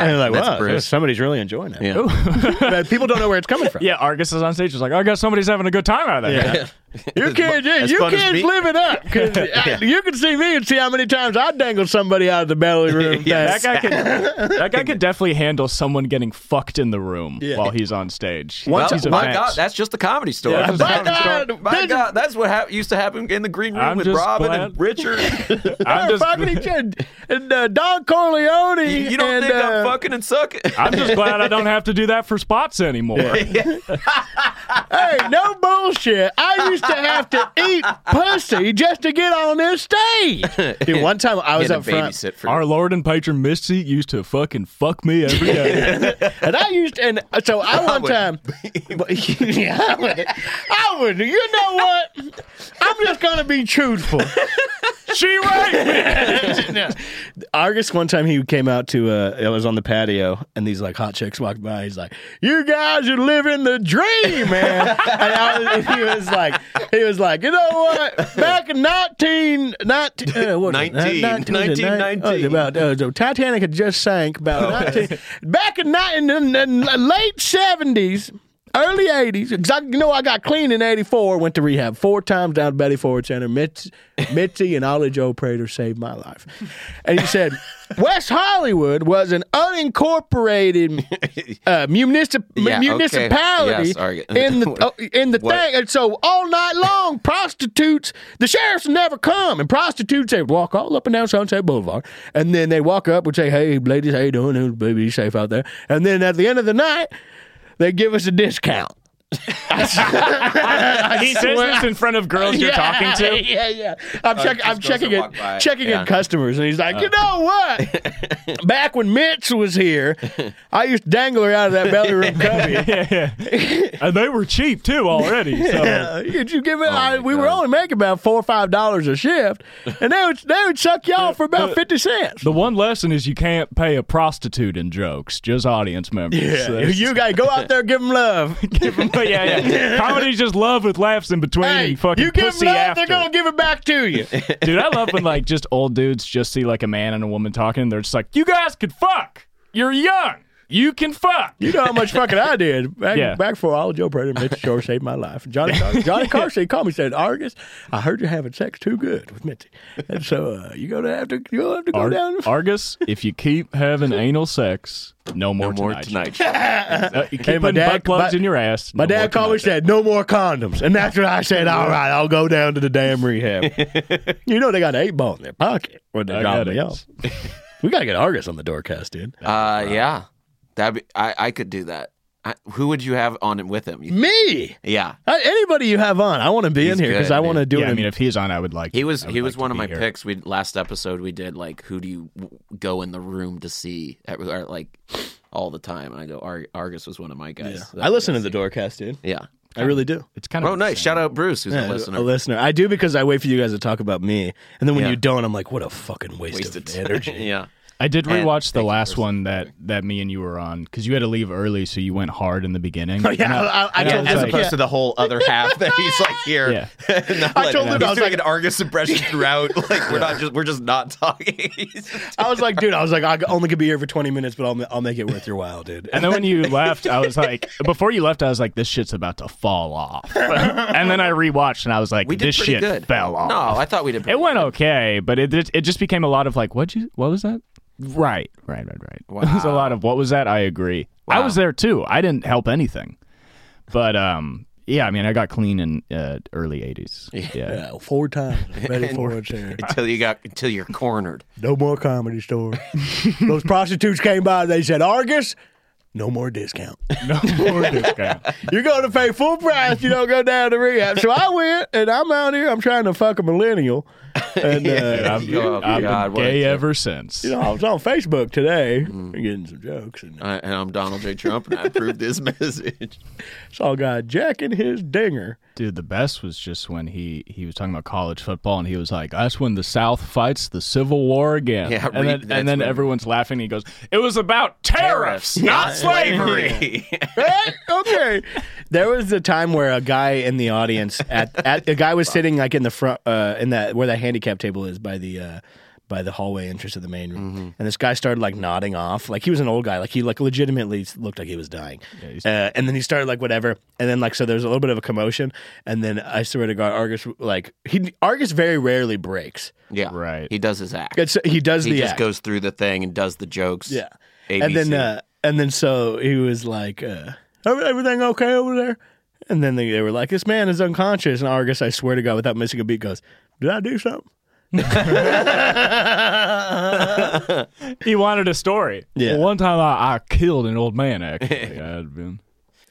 S1: And they're like,
S2: That's
S1: wow,
S2: Bruce.
S1: somebody's really enjoying it.
S2: Yeah.
S1: But people don't know where it's coming from.
S3: yeah. Argus is on stage. She's like, I guess somebody's having a good time out of there.
S1: Yeah. You
S2: As
S1: can't,
S2: mu- as
S1: you
S2: fun as
S1: can't
S2: me-
S1: live it up. 'cause I- You can see me and see how many times I dangled somebody out of the belly room.
S3: That guy could, that guy could definitely handle someone getting fucked in the room
S1: Yeah.
S3: while he's on stage.
S2: Well,
S3: He's a
S2: my
S3: mess.
S2: God, that's just the comedy store.
S3: Yeah, that's
S2: my
S3: the
S1: comedy
S2: God,
S1: store.
S2: my
S1: There's-
S2: God, that's what hap- used to happen in the green room
S3: I'm
S2: with
S3: just
S2: Robin
S3: glad-
S2: and Richard.
S1: I'm
S3: I'm just,
S1: fucking each other. And uh, Don Corleone.
S2: you don't
S1: and,
S2: think
S1: uh,
S2: I'm fucking and sucking?
S3: I'm just glad I don't have to do that for spots anymore.
S1: Hey, no bullshit. I used to have to eat pussy just to get on this stage. Dude, one time I was
S2: Get a
S1: up front.
S2: babysit for
S3: Our Lord and patron Misty used to fucking fuck me every day.
S1: And I used and so I one
S2: would-
S1: time, but- yeah, I would, I would. You know what? I'm just gonna be truthful.
S3: she raped me.
S1: Argus one time he came out to uh, I was on the patio and these like hot chicks walked by. He's like, "You guys are living the dream, man." and, I was, and he was like, he was like, you know what? Back in nineteen nineteen uh, what was it?
S2: 19,
S1: was it?
S2: 1919.
S1: Oh, it was about uh, the Titanic had just sank about nineteen. Back in, ni- in the in the late seventies. Early 80s, 'cause I, you know, I got clean in 84, went to rehab four times down at Betty Ford Center. Mitch, Mitzi and Ollie Joe Prater saved my life. And he said, West Hollywood was an unincorporated uh, municip-
S2: Yeah,
S1: municipality
S2: okay. Yeah, sorry.
S1: in the uh, in the
S2: What?
S1: thing. And so all night long, prostitutes, the sheriffs would never come, and prostitutes they would walk all up and down Sunset Boulevard, and then they walk up and say, "Hey, ladies, how you doing? Hey, Baby, you safe out there?" And then at the end of the night, they give us a discount.
S3: He says this in front of girls you're talking to.
S1: Yeah, yeah. I'm, check, I'm
S2: goes
S1: checking
S2: to
S1: in,
S2: walk by.
S1: checking
S2: Yeah.
S1: in customers, and he's like, you
S3: Oh.
S1: know what? Back when Mitch was here, I used to dangle her out of that belly room cubby.
S3: Yeah, yeah. And they were cheap too already. So
S1: Uh, Did you
S3: Oh
S1: give it? I,
S2: my
S1: we were
S2: God.
S1: only making about four or five dollars a shift, and they would they would suck y'all for about fifty cents.
S3: the one lesson is you can't pay a prostitute in jokes, just audience members.
S1: Yeah,
S3: So-
S1: you gotta go out there, give them love.
S3: But yeah, yeah. Comedy's just love with laughs in between
S1: hey,
S3: and fucking
S1: you give
S3: pussy
S1: them love,
S3: after.
S1: they're gonna give it back to you.
S3: Dude, I love when like just old dudes just see like a man and a woman talking and they're just like, You guys could fuck. You're young. You can fuck.
S1: You know how much fucking I did back
S3: Yeah.
S1: back before all Joe Prater and Mitch Shore saved my life. Johnny Car- Johnny Carson called me and said, "Argus, I heard you're having sex too good with Mitzi, and so uh, you're gonna have to you'll have to go
S3: Ar-
S1: down."
S3: Argus, if if you keep having anal sex, no more,
S2: more
S3: tonight.
S2: tonight.
S3: Uh, you keep
S1: Hey, my
S3: putting
S1: dad-
S3: butt plugs
S1: my-
S3: in your ass.
S1: My
S3: no more
S1: dad called me and
S3: tonight.
S1: said, "No more condoms," and that's when I said, "All right, I'll go down to the damn rehab." you know they got an eight ball in their pocket when they
S3: I
S1: drop
S3: got
S1: me
S3: it.
S1: off. We gotta get Argus on the doorcast, dude.
S2: Uh, yeah, that be I I could do that. I, who would you have on with him? You-
S1: Me,
S2: yeah,
S1: I, anybody you have on, I want to be
S2: He's
S1: in here because
S2: good,
S1: I want to do
S3: Yeah,
S1: it.
S3: I mean, if he's on, I would like.
S2: he was
S3: I would
S2: he was
S3: like to
S2: one of
S3: be
S2: my
S3: here.
S2: picks. We last episode we did like who do you w- go in the room to see at, or, like all the time, and I go Ar- Argus was one of my guys. So that-
S1: I listen to the doorcast, dude.
S2: Yeah.
S1: I really do.
S3: It's kind of
S2: Oh, nice! Shout out Bruce, who's a
S1: Yeah,
S2: listener.
S1: A listener. I do because I wait for you guys to talk about me. And then when
S2: Yeah.
S1: you don't, I'm like, what a fucking waste,
S2: Wasted
S1: of energy.
S2: yeah.
S3: I did
S2: And
S3: rewatch the
S2: thank you
S3: last
S2: for
S3: one that that me and you were on because you had to leave early, so you went hard in the beginning.
S1: Oh, yeah, I- I- I
S3: and
S1: told
S3: was
S1: him-
S2: as
S3: like,
S2: opposed to the whole other half that he's like here.
S3: Yeah.
S2: Not
S1: I told him,
S2: he's
S1: I was
S2: doing
S1: like-
S2: an Argus impression throughout. Like we're not just we're just not talking. He's-
S1: I was like, dude, I was like, I only could be here for 20 minutes, but I'll, ma- I'll make it worth your while, dude.
S3: And then when you left, I was like, before you left, I was like, this shit's about to fall off. and then I rewatched, and I was like,
S2: we did
S3: this
S2: pretty
S3: shit
S2: good.
S3: fell off.
S2: No, I thought we did. Pretty
S3: It went
S2: good.
S3: okay, but it it just became a lot of like, what you what was that? Right, right, right, right. It was a
S2: Wow.
S3: lot of what was that? I agree. I
S2: Wow.
S3: was there too. I didn't help anything, but um, yeah. I mean, I got clean in uh, early eighties. Yeah.
S1: Yeah, four times. Ready for it, sir.
S2: until you got until you're cornered.
S1: No more comedy store. Those prostitutes came by. They said, Argus, no more discount.
S3: no more discount.
S1: You're going to pay full price. You don't go down to rehab. So I went, and I'm out here. I'm trying to fuck a millennial. And uh,
S3: I've,
S2: You- oh,
S3: I've
S2: God,
S3: been
S2: what a
S3: gay
S2: tip.
S3: ever since.
S1: you know, I was on Facebook today,
S2: Mm.
S1: getting some jokes, and
S2: I, and I'm Donald J. Trump, and I approve this message.
S1: saw a guy jacking his dinger
S3: Dude, the best was just when he he was talking about college football, and he was like, "That's when the South fights the Civil War again."
S2: Yeah,
S3: and
S2: Reed,
S3: then,
S2: that's
S3: and then
S2: when-
S3: everyone's laughing. And he goes, "It was about tariffs, not slavery."
S1: Eh, okay. There was a time where a guy in the audience at, at a guy was sitting like in the front uh, in that where the handicap table is by the uh, by the hallway entrance of the main room,
S2: Mm-hmm.
S1: and this guy started like nodding off, like he was an old guy, like he like legitimately looked like he was dying. uh, and then he started like whatever, and then like so there was a little bit of a commotion, and then I swear to God, Argus like he Argus very rarely breaks.
S2: yeah,
S3: Right.
S2: He does his act.
S1: It's, he does
S2: he
S1: the
S2: just
S1: act.
S2: goes through the thing and does the jokes.
S1: Yeah.
S2: ABC.
S1: and then uh, and then so he was like, uh, "Ev- "Everything okay over there?" And then they, they were like, "This man is unconscious." And Argus, I swear to God, without missing a beat, goes, "Did I do something?"
S3: he wanted a story.
S1: Yeah.
S3: Well, one time I, I killed an old man. Actually, I'd been.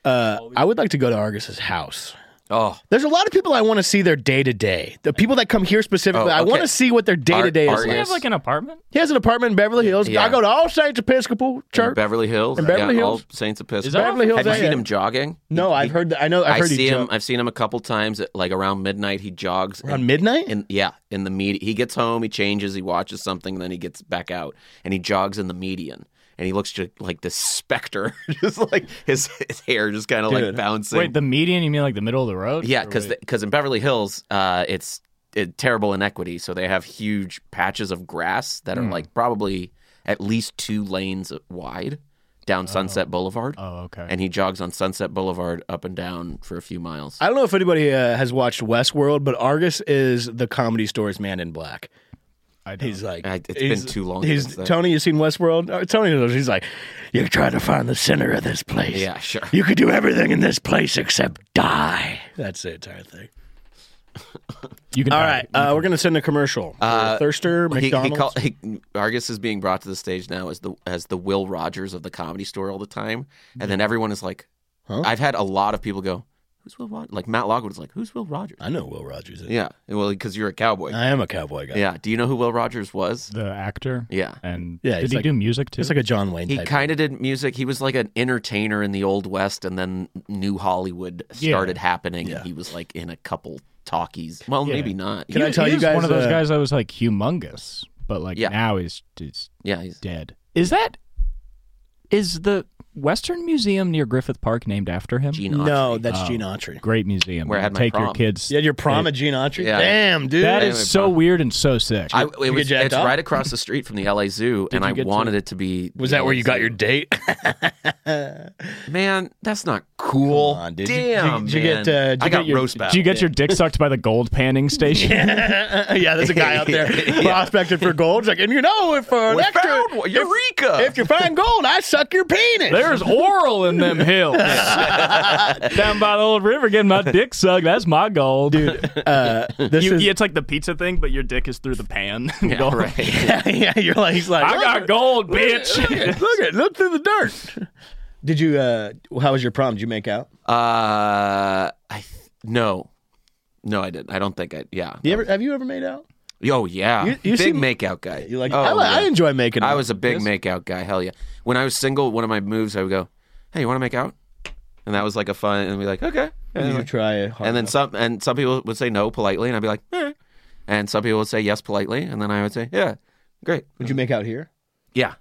S1: Uh, I would like to go to Argus's house.
S2: oh,
S1: There's a lot of people I want to see their day to day. The people that come here specifically,
S2: Oh,
S1: I
S2: okay.
S1: want to see what their day to day is.
S2: Ar-
S1: like.
S2: Argus.
S3: have like an apartment?
S1: He has an apartment in Beverly Hills.
S2: Yeah.
S1: I go to All Saints Episcopal Church.
S2: Beverly Hills.
S1: In Beverly
S2: yeah,
S1: Hills.
S2: All Saints Episcopal.
S3: Is that-
S1: Beverly Hills.
S2: Have you
S1: yeah,
S2: seen
S1: yeah.
S2: him jogging?
S1: No, I've heard. that- I know. I've
S2: I
S1: heard
S2: see
S1: he
S2: him.
S1: jump-
S2: I've seen him a couple times. At, like around midnight, he jogs.
S1: around
S2: in,
S1: midnight.
S2: in- yeah, in the media, he gets home, he changes, he watches something, and then he gets back out and he jogs in the median. And he looks just like this specter, just like his, his hair just kind of like
S1: Dude. Oh,
S2: bouncing.
S3: Wait, the median? You mean like the middle of the road?
S2: Yeah,
S3: Or
S2: because
S3: wait?
S2: because in Beverly Hills, uh, it's it, terrible inequity. So they have huge patches of grass that
S1: Hmm.
S2: are like probably at least two lanes wide down Sunset Boulevard,
S3: oh, okay.
S2: and he jogs on Sunset Boulevard up and down for a few miles.
S1: I don't know if anybody uh, has watched Westworld, but Argus is the comedy store's man in black.
S3: I don't.
S1: He's like,
S2: I- it's been
S1: he's-
S2: too long
S1: He's
S2: since that.
S1: Tony. You seen Westworld? Uh, Tony knows. He's like, you're trying to find the center of this place.
S2: yeah, sure.
S1: you could do everything in this place except die. That's the entire thing.
S3: you can.
S1: All
S3: have
S1: right,
S3: it.
S1: uh, we're gonna send a commercial. for
S2: Uh,
S1: Thirster
S2: He, he
S1: McDonald's.
S2: call, he, Argus is being brought to the stage now as the as the Will Rogers of the Comedy Store all the time, and then everyone is like,
S1: Huh?
S2: I've had a lot of people go, "Who's Will Rogers?" Like Matt Logwood is like, "Who's Will Rogers?"
S1: I know Will Rogers. Is.
S2: Yeah, well, because you're a cowboy.
S1: I am a cowboy guy.
S2: yeah. Do you know who Will Rogers was?
S3: the actor.
S2: Yeah.
S3: And
S1: Yeah,
S3: did
S1: he's
S3: he
S1: like-
S3: do music too?
S1: It's like a John Wayne
S2: He
S1: type.
S2: kind of did music. He was like an entertainer in the old west, and then New Hollywood
S3: Yeah.
S2: started happening.
S1: Yeah.
S2: And he was like in a couple talkies. Well,
S3: Yeah.
S2: maybe not.
S1: Can
S3: He
S1: I
S3: was-
S1: tell
S3: he
S1: you
S3: was
S1: guys,
S3: one of those
S1: uh,
S3: guys that was like humongous, but like
S2: Yeah.
S3: now he's, he's
S2: yeah, he's,
S3: dead. Is that is the Western Museum near Griffith Park named after him?
S2: Gene
S1: no,
S2: Autry.
S1: that's
S3: Oh.
S1: Gene Autry.
S3: Great museum.
S2: Where I had my
S3: Take your
S2: prom.
S3: kids.
S1: You had your prom at Gene Autry.
S2: Yeah.
S1: Damn, dude.
S3: That
S2: Yeah,
S3: is
S2: my
S3: so
S2: prom.
S3: weird and so sick.
S2: I,
S1: you
S2: it was,
S1: get jacked
S2: it's
S1: off?
S2: right across the street from the LA Zoo, and
S3: you
S2: I
S3: get to-
S2: wanted it to be.
S1: was
S2: the
S1: that where
S2: LA
S1: you got
S2: Zoo.
S1: your date?
S2: man? That's not cool.
S1: Come on, did you-
S2: Damn,
S1: did you get,
S2: man.
S1: uh, did
S2: I got
S1: you get your-
S2: roast
S3: Did you
S2: battle.
S3: get your dick sucked by the gold panning station?
S1: yeah, there's a guy out there prospecting for gold. He's like, and you know, if uh, an
S2: We
S1: extra,
S2: found one. Eureka!
S1: If, if you find gold, I suck your penis.
S3: There's oral in them hills. Down by the old river getting my dick sucked. That's my goal. Dude,
S1: Uh, this is,
S3: it's like the pizza thing, but your dick is through the pan.
S2: yeah, right.
S1: yeah, you're like, he's like,
S3: I
S1: "Look
S3: got
S1: at-
S3: gold,
S1: Look
S3: bitch.
S1: at, look at, look through the dirt. Did you? uh How was your prom? Did you make out?
S2: Uh, I th- no, no, I didn't. I don't think I. Yeah.
S1: You ever? Have you ever made out?
S2: Oh yeah,
S1: You- you
S2: big
S1: seem-
S2: makeout guy.
S1: You like?
S2: Oh,
S1: I, li- I
S2: yeah.
S1: enjoy making.
S2: I
S1: out.
S2: was a big makeout guy. Hell yeah. When I was single, one of my moves, I would go, "Hey, you want to make out?" And that was like a fun, and be like, "Okay." And,
S1: You
S2: like-
S1: try hard.
S2: and then some, and some people would say no politely, and I'd be like, "Eh." And some people would say yes politely, and then I would say, "Yeah, great."
S1: would you make out here?
S2: Yeah,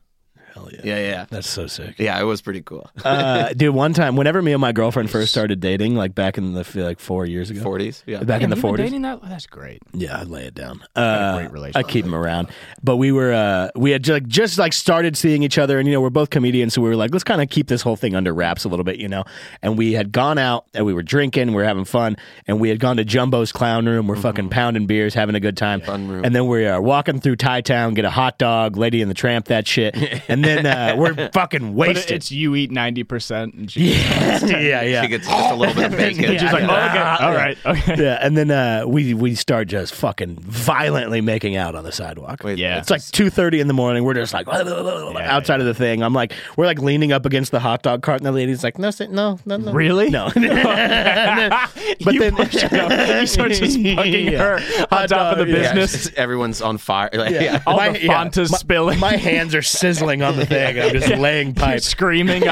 S1: Hell
S2: yeah, yeah,
S1: That's so sick.
S2: yeah. It was pretty cool.
S1: uh, dude, one time, whenever me and my girlfriend first started dating, like back in the f- like four years ago,
S2: Forties, yeah.
S1: back in the
S3: You've been
S1: forties,
S3: dating that? That's great.
S1: Yeah, I lay it down.
S3: a
S1: Uh,
S3: great
S1: I
S3: relationship.
S1: keep him around, but we were uh, we had just, just like started seeing each other, and you know we're both comedians, so we were like, let's kind of keep this whole thing under wraps a little bit, you know. And we had gone out and we were drinking, we were having fun, and we had gone to Jumbo's Clown Room. We're fucking pounding beers, having a good time.
S2: Fun room.
S1: And then we are walking through Thai Town, get a hot dog, Lady and the Tramp, that shit, and then uh, we're fucking
S3: But
S1: wasted.
S3: it's you eat 90% and she
S1: yeah, yeah.
S2: She gets just a little bit of bacon.
S1: Yeah.
S3: She's like, oh, okay, all right, okay.
S1: yeah, and then uh, we we start just fucking violently making out on the sidewalk.
S2: Wait,
S3: Yeah.
S1: It's like two thirty in the morning. We're just like outside of the thing. I'm like, we're like leaning up against the hot dog cart, and the lady's like, "No, sit, no, no, no,
S3: Really?
S1: no." And then- but
S3: you
S1: then
S3: push it up. You start just fucking
S1: Yeah.
S3: her on
S1: Hot
S3: top of
S1: dog,
S3: the
S1: yeah.
S2: Yeah,
S3: business.
S2: everyone's on fire. Like, yeah.
S3: All
S1: My-
S3: the
S1: yeah.
S3: Fanta's spilling.
S1: my hands are sizzling on on the thing. I'm just laying pipes.
S3: Screaming.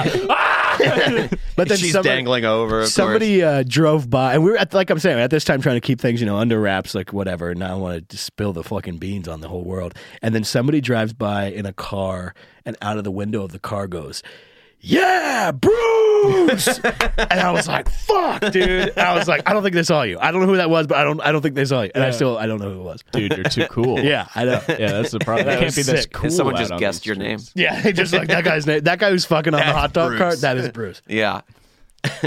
S1: But then
S2: She's
S1: somebody,
S2: dangling over. Of
S1: somebody uh, drove by, and we were at, like I'm saying at this time trying to keep things you know under wraps, like whatever, and I don't want to spill the fucking beans on the whole world. And then somebody drives by in a car, and out of the window of the car goes. Yeah, Bruce. and I was like, "Fuck, dude." I was like, "I don't think they saw you. I don't know who that was, but I don't. I don't think they saw you." And I still, I don't know who it was.
S3: Dude, you're too cool.
S1: Yeah, I know.
S3: Yeah, that's the problem. You can't
S1: was
S3: be this
S1: sick.
S3: cool.
S2: course. Someone
S3: out
S2: just
S3: on
S2: guessed
S3: these
S2: your name.
S3: streets.
S1: Yeah, they just like that guy's name. That guy who's fucking on the hot dog
S2: Bruce.
S1: cart. That is Bruce.
S2: Yeah.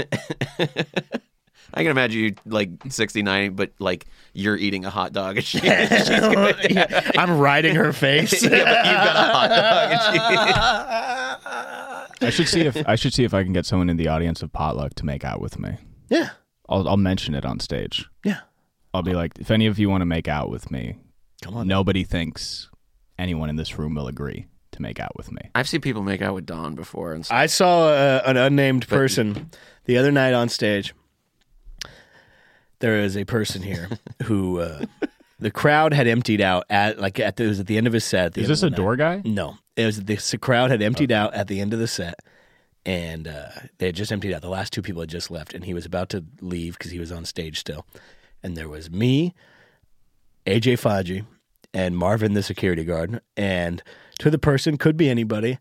S2: I can imagine you like 69, but like you're eating a hot dog and she, yeah,
S1: Yeah, I'm riding her face.
S2: but you've got a hot dog. And
S3: I should see if I should see if I can get someone in the audience of potluck to make out with me.
S1: yeah,
S3: I'll I'll mention it on stage.
S1: yeah.
S3: I'll be like, if any of you want to make out with me,
S1: Come on.
S3: nobody thinks anyone in this room will agree to make out with me.
S2: I've seen people make out with Don before and stuff.
S1: I saw uh, an unnamed person the other night on stage. There is a person here who uh, the crowd had emptied out at like at the, it was at the end of his set. at the
S3: Is
S1: end
S3: this
S1: of the
S3: a
S1: night.
S3: door guy?
S1: No, it was the s- crowd had emptied out at the end of the set, and uh, they had just emptied out. The last two people had just left, and he was about to leave because he was on stage still. And there was me, AJ Faji, and Marvin, the security guard, and to the person could be anybody.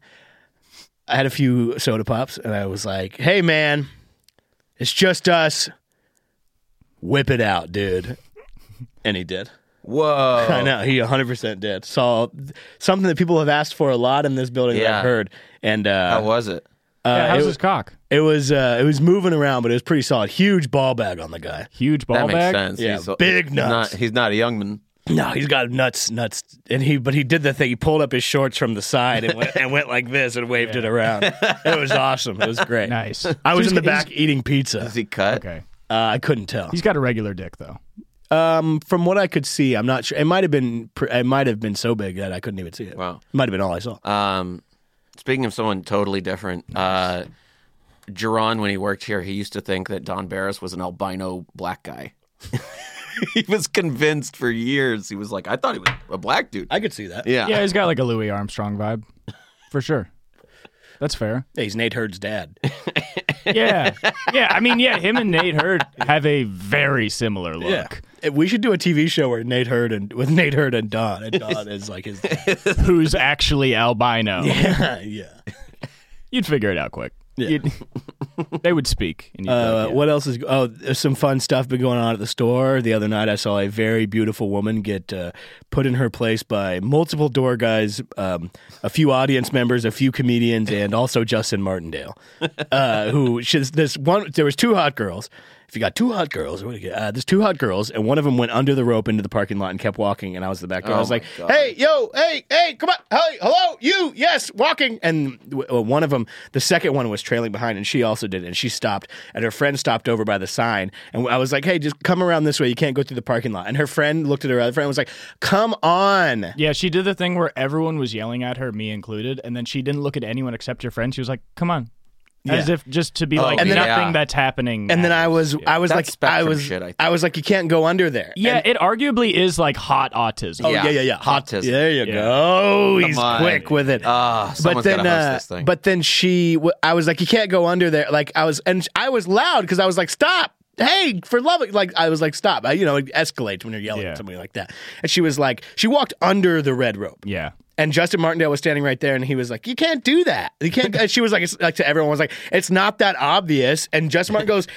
S1: I had a few soda pops, and I was like, "Hey, man, it's just us. Whip it out, dude." And he did.
S2: Whoa.
S1: I know he 100 percent did. Saw something that people have asked for a lot in this building that
S2: Yeah.
S1: I've heard, and uh,
S2: How was it?
S1: uh,
S3: yeah,
S1: it,
S3: how's
S1: was,
S3: his cock?
S1: it was uh, it was moving around, but it was pretty solid. Huge ball bag on the guy.
S3: Huge ball
S2: that makes
S3: bag.
S2: sense.
S1: Yeah,
S2: he's,
S1: big
S2: he's
S1: nuts.
S2: Not, he's not a young man.
S1: No, he's got nuts, nuts, and he but he did the thing. He pulled up his shorts from the side and went, and went like this and waved it around. It was awesome. It was great.
S3: Nice.
S1: I was
S3: He's-
S1: in the
S3: he's-
S1: back eating pizza.
S2: Is he cut?
S3: Okay.
S1: Uh, I couldn't tell.
S3: He's got a regular dick though.
S1: Um, from what I could see, I'm not sure. It might have been pr- it might have been so big that I couldn't even see it.
S2: Wow.
S1: might have been all I saw.
S3: Uh,
S2: Um, speaking of someone totally different, uh, Jerron, when he worked here, he used to think that Don Barris was an albino black guy. he was convinced for years. He was like, I thought he was a black dude.
S1: I could see that.
S2: yeah.
S3: Yeah, he's got like a Louis Armstrong vibe, for sure. That's fair.
S1: Yeah, he's Nate Hurd's dad.
S3: Yeah, yeah. I mean, yeah. Him and Nate Hurd have a very similar look.
S1: Yeah. Eh, We should do a TV show where Nate Hurd and with Nate Hurd and Don, and Don is like his.
S3: Who's actually albino?
S1: yeah.
S3: You'd figure it out quick.
S1: Yeah.
S3: You'd- they would speak. And you'd be
S1: Uh,
S3: like,
S1: What else is? Oh, there's some fun stuff been going on at the store. The other night, I saw a very beautiful woman get uh, put in her place by multiple door guys, um, a few audience members, a few comedians, and also Justin Martindale, uh, who she's this one. There was two hot girls. If you got two hot girls, what do you get? Uh, there's two hot girls, and one of them went under the rope into the parking lot and kept walking. And I was in the back door. I was
S2: Oh my
S1: like,
S2: God.
S1: "Hey, yo, hey, hey, come on, hey, hello, you, yes, walking." And w- well, one of them, the second one was trailing behind, and she also did, it, and she stopped, and her friend stopped over by the sign, and I was like, "Hey, just come around this way. You can't go through the parking lot." And her friend looked at her other friend, and was like, "Come on."
S3: yeah, she did the thing where everyone was yelling at her, me included, and then she didn't look at anyone except your friend. She was like, "Come on," as
S1: Yeah. Oh,
S3: if just to be like
S2: and then I-
S3: nothing that's happening.
S1: And then I was, I was
S2: That's
S1: like, I
S2: spectrum
S1: was,
S2: shit, I think.
S1: I was like, "You can't go under there."
S3: yeah, it arguably is like hot autism.
S1: Oh, yeah, yeah, yeah. Hot.
S2: Autism.
S1: There you
S3: Yeah.
S1: go. He's
S2: on.
S1: quick with it.
S2: Ah,
S1: but
S2: someone's
S1: then,
S2: gotta host
S1: uh,
S2: this thing.
S1: but then she, w- I was like, you can't go under there. Like I was, and I was loud because I was like, stop. Hey, for love, of-" like I was like, stop. I, you know, it escalates when you're yelling
S3: Yeah.
S1: at somebody like that. And she was like, she walked under the red rope.
S3: yeah.
S1: And Justin Martindale was standing right there, and he was like, "You can't do that. You can't." and she was like, it's, "Like to everyone was like, it's not that obvious." And Justin Martin goes,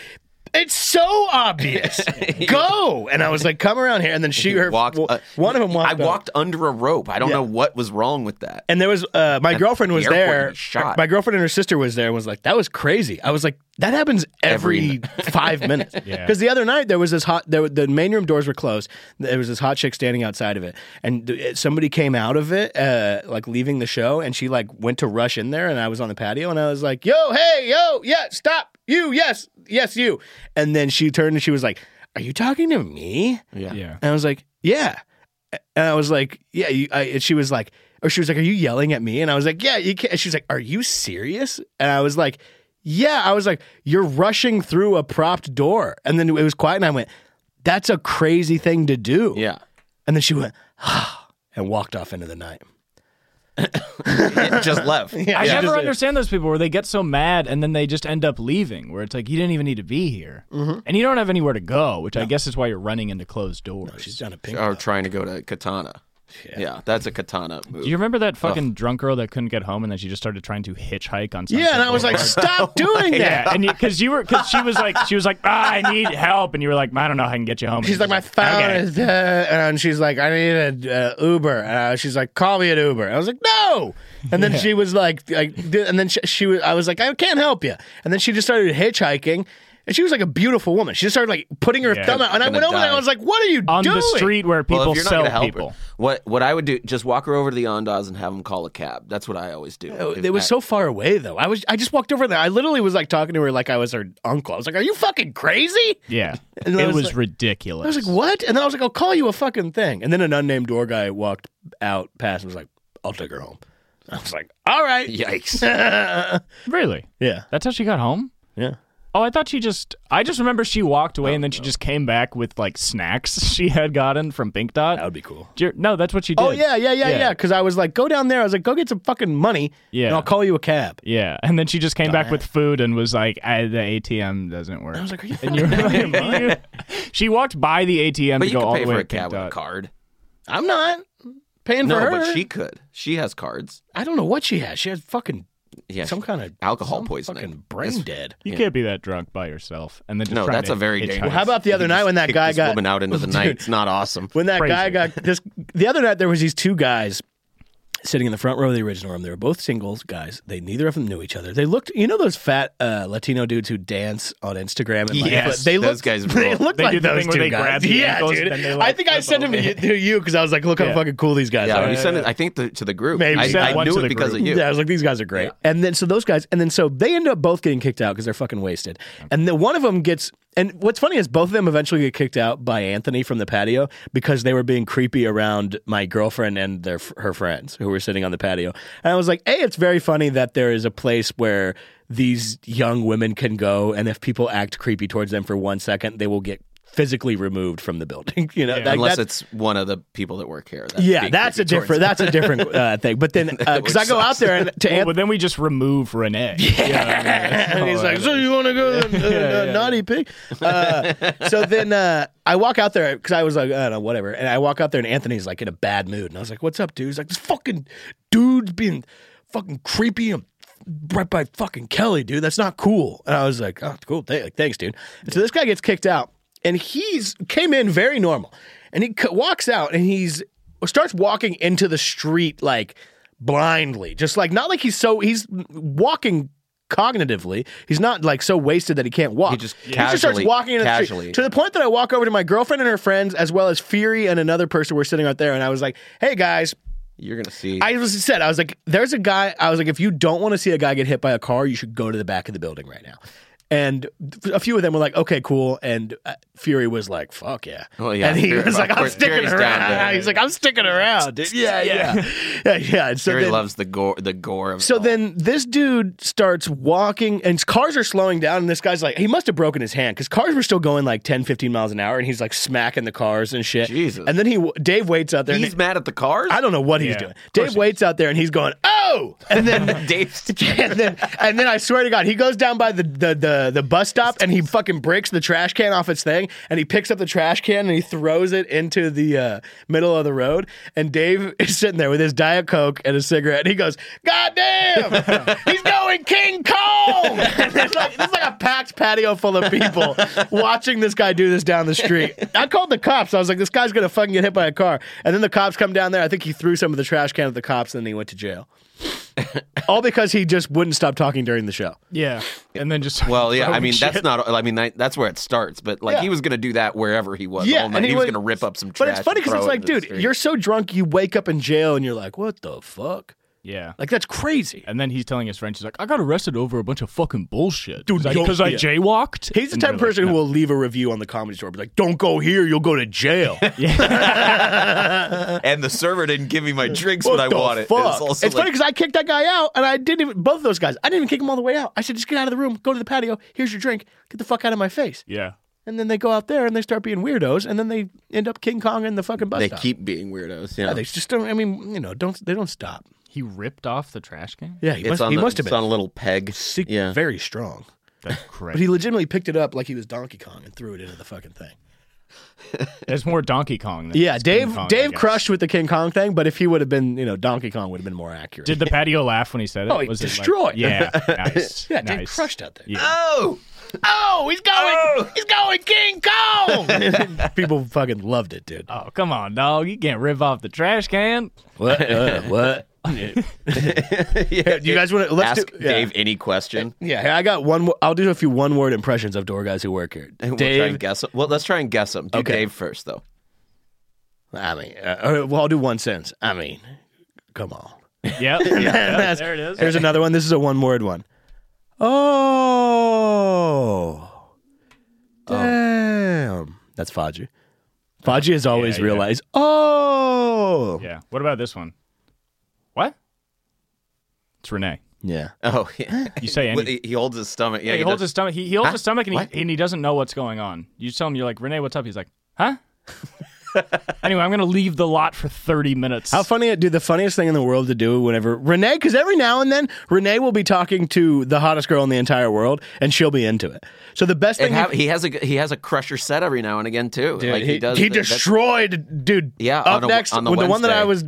S1: "It's so obvious. Go!" And I was like, "Come around here." And then she, her,
S2: walked, uh,
S1: one of them walked.
S2: I
S1: up.
S2: walked under a rope. I don't know what was wrong with that.
S1: And there was uh, my girlfriend was
S2: the airport
S1: there.
S2: was shot.
S1: My girlfriend and her sister was there and was like, "That was crazy." I was like, "That happens every, five minutes." Because
S3: Yeah.
S1: the other night there was this hot. There, were- the main room doors were closed. There was this hot chick standing outside of it, and th- somebody came out of it, uh, like leaving the show, and she like went to rush in there, and I was on the patio, and I was like, "Yo, hey, yo, yeah, stop, you, yes, yes, you." And then she turned and she was like, "Are you talking to me?"
S2: yeah.
S3: Yeah.
S1: And I was like, yeah. And I was like, yeah. You, I, and she was like, or she was like, are you yelling at me? And I was like, yeah, you can't. And she was like, are you serious? And I was like, yeah. I was like, you're rushing through a propped door. And then it was quiet and I went, that's a crazy thing to do.
S2: Yeah.
S1: And then she went, ah, and walked off into the night.
S2: It just left.
S3: I
S1: Yeah.
S3: never
S1: Just-
S3: understand those people where they get so mad and then they just end up leaving, where it's like you didn't even need to be here,
S1: Mm-hmm.
S3: and you don't have anywhere to go, which I guess is why you're running into closed doors.
S4: She's done a pink.
S2: Or trying to go to Katana. Yeah, that's a Katana move.
S3: Do you remember that fucking drunk girl that couldn't get home and then she just started trying to hitchhike on? Sunset
S1: Yeah, and I was like,
S3: Boulevard?
S1: stop doing that.
S3: Yeah, and because you, were because she was like she was like ah, I need help, and you were like I don't know how I can get you home.
S1: She's
S3: And
S1: like,
S3: he
S1: my
S3: was
S1: phone
S3: "Okay."
S1: is dead. And she's like, I need an uh, Uber. Uh, she's like, call me an Uber. I was like, no. And then she was like, like di- and then she, she was, I was like, I can't help you. And then she just started hitchhiking. And she was like a beautiful woman. She just started like putting her
S3: Yeah.
S1: thumb out. And I
S2: Gonna
S1: went over there and
S2: die.
S1: I was like, what are you
S3: on
S1: doing?
S3: the street where people
S2: well, if you're not
S3: sell
S2: gonna help
S3: people.
S2: her, what what I would do, just walk her over to the Ondas and have them call a cab. That's what I always do.
S1: Oh,
S2: If
S1: It was
S2: I-
S1: so far away though. I was I just walked over there. I literally was like talking to her like I was her uncle. I was like, "Are you fucking crazy?"
S3: Yeah,
S1: And I
S3: it
S1: was
S3: was,
S1: like- I
S3: ridiculous.
S1: was like, "What?" And then I was like, "I'll call you a fucking thing." And then an unnamed door guy walked out past and was like, "I'll take her home." I was like, "All right."
S2: Yikes.
S1: yeah.
S3: really?
S1: Yeah.
S3: That's how she got home?
S1: Yeah.
S3: Oh, I thought she just. I just remember she walked away and then
S2: Oh,
S3: she just came back with like snacks she had gotten from Pink
S1: That
S3: Dot.
S1: would be cool.
S3: Do you- No, that's what she did.
S1: Oh yeah, yeah, yeah,
S3: Yeah.
S1: yeah. Because I was like, "Go down there." I was like, "Go get some fucking money."
S3: Yeah.
S1: And I'll call you a cab.
S3: Yeah, and then she just came back with food and was like, I, "The ATM doesn't work."
S1: I was like, "Are you?"
S3: and you were like, she walked by the ATM
S2: but
S3: to
S2: you
S3: go
S2: could
S3: all
S2: pay
S3: the way
S2: for
S3: to
S2: a cab
S3: Pink
S2: with a
S3: Dot.
S2: card.
S1: I'm not paying
S2: No,
S1: for her.
S2: but she could. She has cards.
S1: I don't know what she has. She has fucking
S2: Yeah.
S1: some kind of
S2: Alcohol
S1: some
S2: poisoning.
S1: Fucking brain
S2: It's-
S1: dead.
S3: You
S2: Yeah.
S3: can't be that drunk by yourself. And then just
S2: No,
S3: trying
S2: that's
S3: to
S2: a very
S3: hitchhike.
S2: dangerous-
S1: How about the other night when that
S2: Kick
S1: guy
S2: this
S1: got
S2: woman out into the night. It's not awesome.
S1: when that
S3: Crazy.
S1: guy got this the other night there was these two guys sitting in the front row of the original room they were both singles guys they neither of them knew each other they looked you know those fat uh, latino dudes who dance on instagram and like,
S3: Yes,
S1: but they
S2: those
S1: looked,
S2: guys
S1: they
S2: rule.
S1: looked
S3: They
S1: like
S3: do the
S1: those
S3: thing where
S1: two
S3: they
S1: guys
S3: grab the
S1: yeah
S3: ankles
S1: dude
S3: and they, like,
S1: i think i
S3: flip
S1: sent him to you, to you because i was like look how
S3: Yeah.
S1: fucking cool these guys
S2: Yeah,
S1: are
S2: you sent it. I think the, to the group.
S1: Maybe.
S2: I,
S1: You sent
S2: I
S3: one
S2: knew
S3: to
S2: it
S3: the
S2: because
S3: group.
S2: of you.
S1: yeah, I was like, these guys are great. And then so those guys, and then so they end up both getting kicked out because they're fucking wasted. And then one of them gets, and what's funny is both of them eventually get kicked out by Anthony from the patio because they were being creepy around my girlfriend and their her friends who were sitting on the patio. And I was like, hey, it's very funny that there is a place where these young women can go, and if people act creepy towards them for one second, they will get physically removed from the building. you know, like,
S2: Unless
S1: that's-
S2: it's one of the people that work here.
S1: yeah,
S2: being
S1: that's a
S2: creepy
S1: different. That's a different uh, thing. But then, because I go out there and to
S3: Well,
S1: Anthony,
S3: but then we just remove Renee. Yeah,
S1: and he's like, "So you want to go to uh, naughty pig?" Uh, so then uh, I walk out there because I was like, "I don't know, whatever." And I walk out there, and Anthony's like in a bad mood, and I was like, "What's up, dude?" He's like, "This fucking dude's being fucking creepy and right by fucking Kelly, dude. That's not cool." And I was like, "Oh, cool. Th- like, thanks, dude." And so this guy gets kicked out, and he's came in very normal, and he c- walks out, and he's starts walking into the street like blindly, just like not like he's so he's walking cognitively. He's not like so wasted that he can't walk.
S2: He just
S1: starts
S2: casually-
S1: walking in the
S2: casually.
S1: street to the point that I walk over to my girlfriend and her friends, as well as Fury and another person were sitting out there, and I was like, "Hey guys."
S2: You're gonna see.
S1: I was said I was like, there's a guy. I was like, if you don't want to see a guy get hit by a car, you should go to the back of the building right now. And a few of them were like, okay, cool. And uh, Fury was like, fuck yeah.
S2: Well, Oh, yeah,
S1: and he
S2: Fury-
S1: was like,
S2: of
S1: I'm
S2: course,
S1: sticking
S2: Fury's down
S1: around.
S2: to-
S1: He's like, I'm sticking around. dude. Yeah, yeah, yeah, yeah. And so
S2: Jerry
S1: then-
S2: loves the gore. The gore of. it
S1: so
S2: all.
S1: then this dude starts walking, and his cars are slowing down. And this guy's like, he must have broken his hand because cars were still going like 10, 15 miles an hour. And he's like smacking the cars and shit.
S2: Jesus.
S1: And then he, Dave waits out there. and
S2: he's mad at the cars.
S1: I don't know what he's
S3: Yeah,
S1: doing.
S3: of course
S1: Dave
S3: he
S1: waits out there and he's going, oh, and then.
S2: Dave's
S1: And then, and then I swear to God, he goes down by the, the, the, the bus stop and he fucking breaks the trash can off its thing and he picks up the trash can and he throws it into the uh, middle of the road. And Dave is sitting there with his Diet Coke and a cigarette and he goes, God damn, he's going King Kong. And it's like, it's like a packed patio full of people watching this guy do this down the street. I called the cops. I was like, this guy's going to fucking get hit by a car. And then the cops come down there. I think he threw some of the trash can at the cops and then he went to jail. All because he just wouldn't stop talking during the show.
S3: yeah, and then just
S2: Well, yeah. I
S3: throwing
S2: mean,
S3: shit.
S2: that's not. I mean, that, that's where it starts. But like,
S1: Yeah.
S2: he was gonna do that wherever he was.
S1: Yeah,
S2: all night.
S1: and he
S2: he, was
S1: would-
S2: gonna rip up some. Trash
S1: But it's funny
S2: and
S1: because it's
S2: throw it
S1: like,
S2: into the
S1: dude,
S2: street.
S1: you're so drunk, you wake up in jail and you're like, what the fuck?
S3: yeah.
S1: Like, that's crazy.
S3: And then he's telling his friends, he's like, I got arrested over a bunch of fucking bullshit.
S1: Dude, yo-
S3: because I,
S1: yeah.
S3: jaywalked.
S1: He's the type of person who will leave a review on the comedy store, be like, don't go here, you'll go to jail.
S2: and the server didn't give me my drinks
S1: What
S2: when I
S1: the
S2: wanted.
S1: fuck?
S2: It's, also
S1: funny
S2: like-
S1: because I kicked that guy out, and I didn't even both of those guys. I didn't even kick them all the way out. I said, just get out of the room, go to the patio. Here's your drink. Get the fuck out of my face.
S3: Yeah.
S1: And then they go out there and they start being weirdos, and then they end up King Kong in the fucking bus.
S2: they
S1: stop.
S2: keep being weirdos. Yeah.
S1: Yeah, they just don't. I mean, you know, don't they don't stop.
S3: He ripped off the trash can.
S1: Yeah, he
S2: It's
S1: must,
S2: on
S1: he
S2: the,
S1: must have
S2: it's
S1: been
S2: on a little peg.
S1: sick-
S2: yeah.
S1: very strong.
S3: That's
S1: But
S3: crazy.
S1: he legitimately picked it up like he was Donkey Kong and threw it into the fucking thing.
S3: There's more Donkey Kong. Than
S1: Yeah,
S3: King
S1: Dave
S3: Kong, I
S1: Dave
S3: guess.
S1: crushed with the King Kong thing, but if he would have been, you know, Donkey Kong would have been more accurate.
S3: Did the patio laugh when he said it?
S1: Oh, he
S3: Was it like-
S1: destroyed.
S3: yeah, nice.
S1: yeah,
S3: nice.
S1: Dave crushed out there.
S3: Yeah.
S2: Oh,
S1: Oh, he's going, he's going King Kong. People fucking loved it, dude.
S3: Oh, come on, dog. You can't rip off the trash can.
S1: What? Uh, what?
S2: yeah.
S1: Do you guys want to let's
S2: ask
S1: do, yeah.
S2: Dave any question?
S1: Yeah, hey, I got one. wo- I'll do a few one-word impressions of door guys who work here.
S2: And we'll try
S1: Dave,
S2: and guess. 'em. Well, let's try and guess them. Do
S1: Okay.
S2: Dave first, though.
S1: I mean, uh, or, well, I'll do one sentence. I mean, come on.
S3: Yep. yeah,
S1: That's-
S3: there it is.
S1: Here's another one. This is a one-word one. Oh, damn. That's Faji. Faji has always
S3: yeah.
S1: realized. Oh, yeah.
S3: Yeah. What about this one? What? It's Renee.
S2: Oh, yeah.
S3: You say
S2: Well,
S3: anything.
S2: he he holds his stomach. Yeah,
S3: he, holds
S2: does.
S3: his stomach. He, he holds his stomach and
S2: What?
S3: he, and he doesn't know what's going on. You tell him you're like Renee, what's up? He's like, huh? anyway, I'm gonna leave the lot for 30 minutes.
S1: How funny, dude! The funniest thing in the world to do whenever Renee, because every now and then Renee will be talking to the hottest girl in the entire world, and she'll be into it. So the best thing
S2: And have, he has a he has a crusher set every now and again too. like he, does. that- that's-
S1: destroyed, dude.
S2: Yeah,
S1: Up
S2: on a-
S1: next,
S2: on the
S1: with the one that
S2: Wednesday.
S1: I was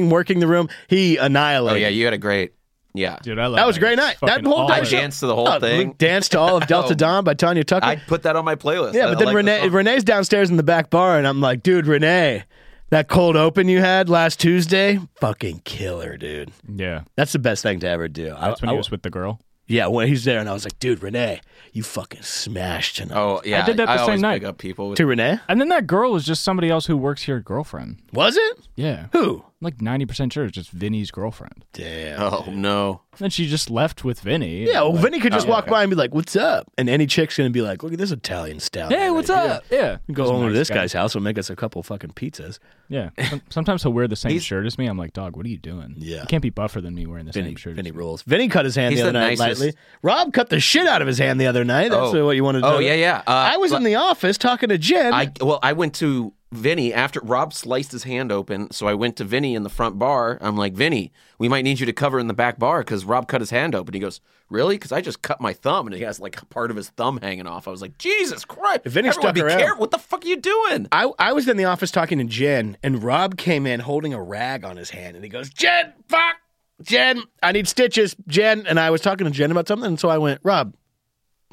S1: DJing, working the room, he
S2: Oh
S1: annihilated.
S2: yeah, you had a great. Yeah,
S3: Dude, I love
S1: That was a great night. That whole
S2: I
S1: night
S3: day.
S1: show-
S2: danced to the whole
S1: Oh,
S2: thing.
S1: we danced to all of Delta Dawn by Tanya Tucker.
S2: I'd put that on my playlist.
S1: yeah,
S2: I-
S1: but
S2: I like
S1: then
S2: the
S1: Renee,
S2: song.
S1: Renee's downstairs in the back bar, and I'm like, dude, Renee, that cold open you had last Tuesday, fucking killer, dude.
S3: Yeah.
S1: That's the best thing to ever do. I-
S3: That's when
S1: I-
S3: he was with the girl.
S1: yeah, when he's there, and I was like, dude, Renee, you fucking smashed tonight.
S2: Oh yeah,
S3: I did that the same
S2: always
S3: night.
S2: Pick up people. With,
S1: To Renee,
S3: And then that girl is just somebody else who works here, girlfriend.
S1: was it?
S3: Yeah. I'm
S1: Who?
S3: like 90% sure it's just Vinny's girlfriend.
S1: Damn.
S2: oh no,
S3: Then she just left with Vinny.
S1: Yeah, well,
S3: Like,
S1: Vinny could just
S3: oh,
S1: walk
S3: okay.
S1: by and be like, "What's up?" And any chick's gonna be like, "Look at this Italian stout."
S3: Hey, what's up? Yeah.
S1: Go
S3: He's a
S1: over to
S3: nice
S1: this
S3: guy.
S1: guy's house. He'll make us a couple fucking pizzas.
S3: Yeah. Som- Sometimes he'll wear the same
S2: He's-
S3: shirt as me. I'm like, dog, what are you doing?
S1: Yeah.
S3: You can't be buffer than me wearing the same shirt. as
S1: Vinny
S3: you."
S1: rules. Vinny cut his hand
S2: He's
S1: the other
S2: the
S1: night
S2: nicest-
S1: lightly. Rob cut the shit out of his hand the other night. That's
S2: Oh.
S1: what you wanted to
S2: Oh
S1: know.
S2: yeah, yeah. Uh,
S1: I was in the office talking to Jen.
S2: I well, I went to Vinny after Rob sliced his hand open, so I went to Vinny in the front bar. I'm like, Vinny, we might need you to cover in the back bar because Rob cut his hand open. He goes, Really? Because I just cut my thumb, and he has like part of his thumb hanging off. I was like, Jesus Christ!
S1: Vinny
S2: Everyone
S1: stuck
S2: be
S1: around.
S2: careful. What the fuck are you doing?
S1: I, I was in the office talking to Jen, and Rob came in holding a rag on his hand, and he goes, Jen, fuck, Jen, I need stitches, Jen. And I was talking to Jen about something, and so I went, Rob,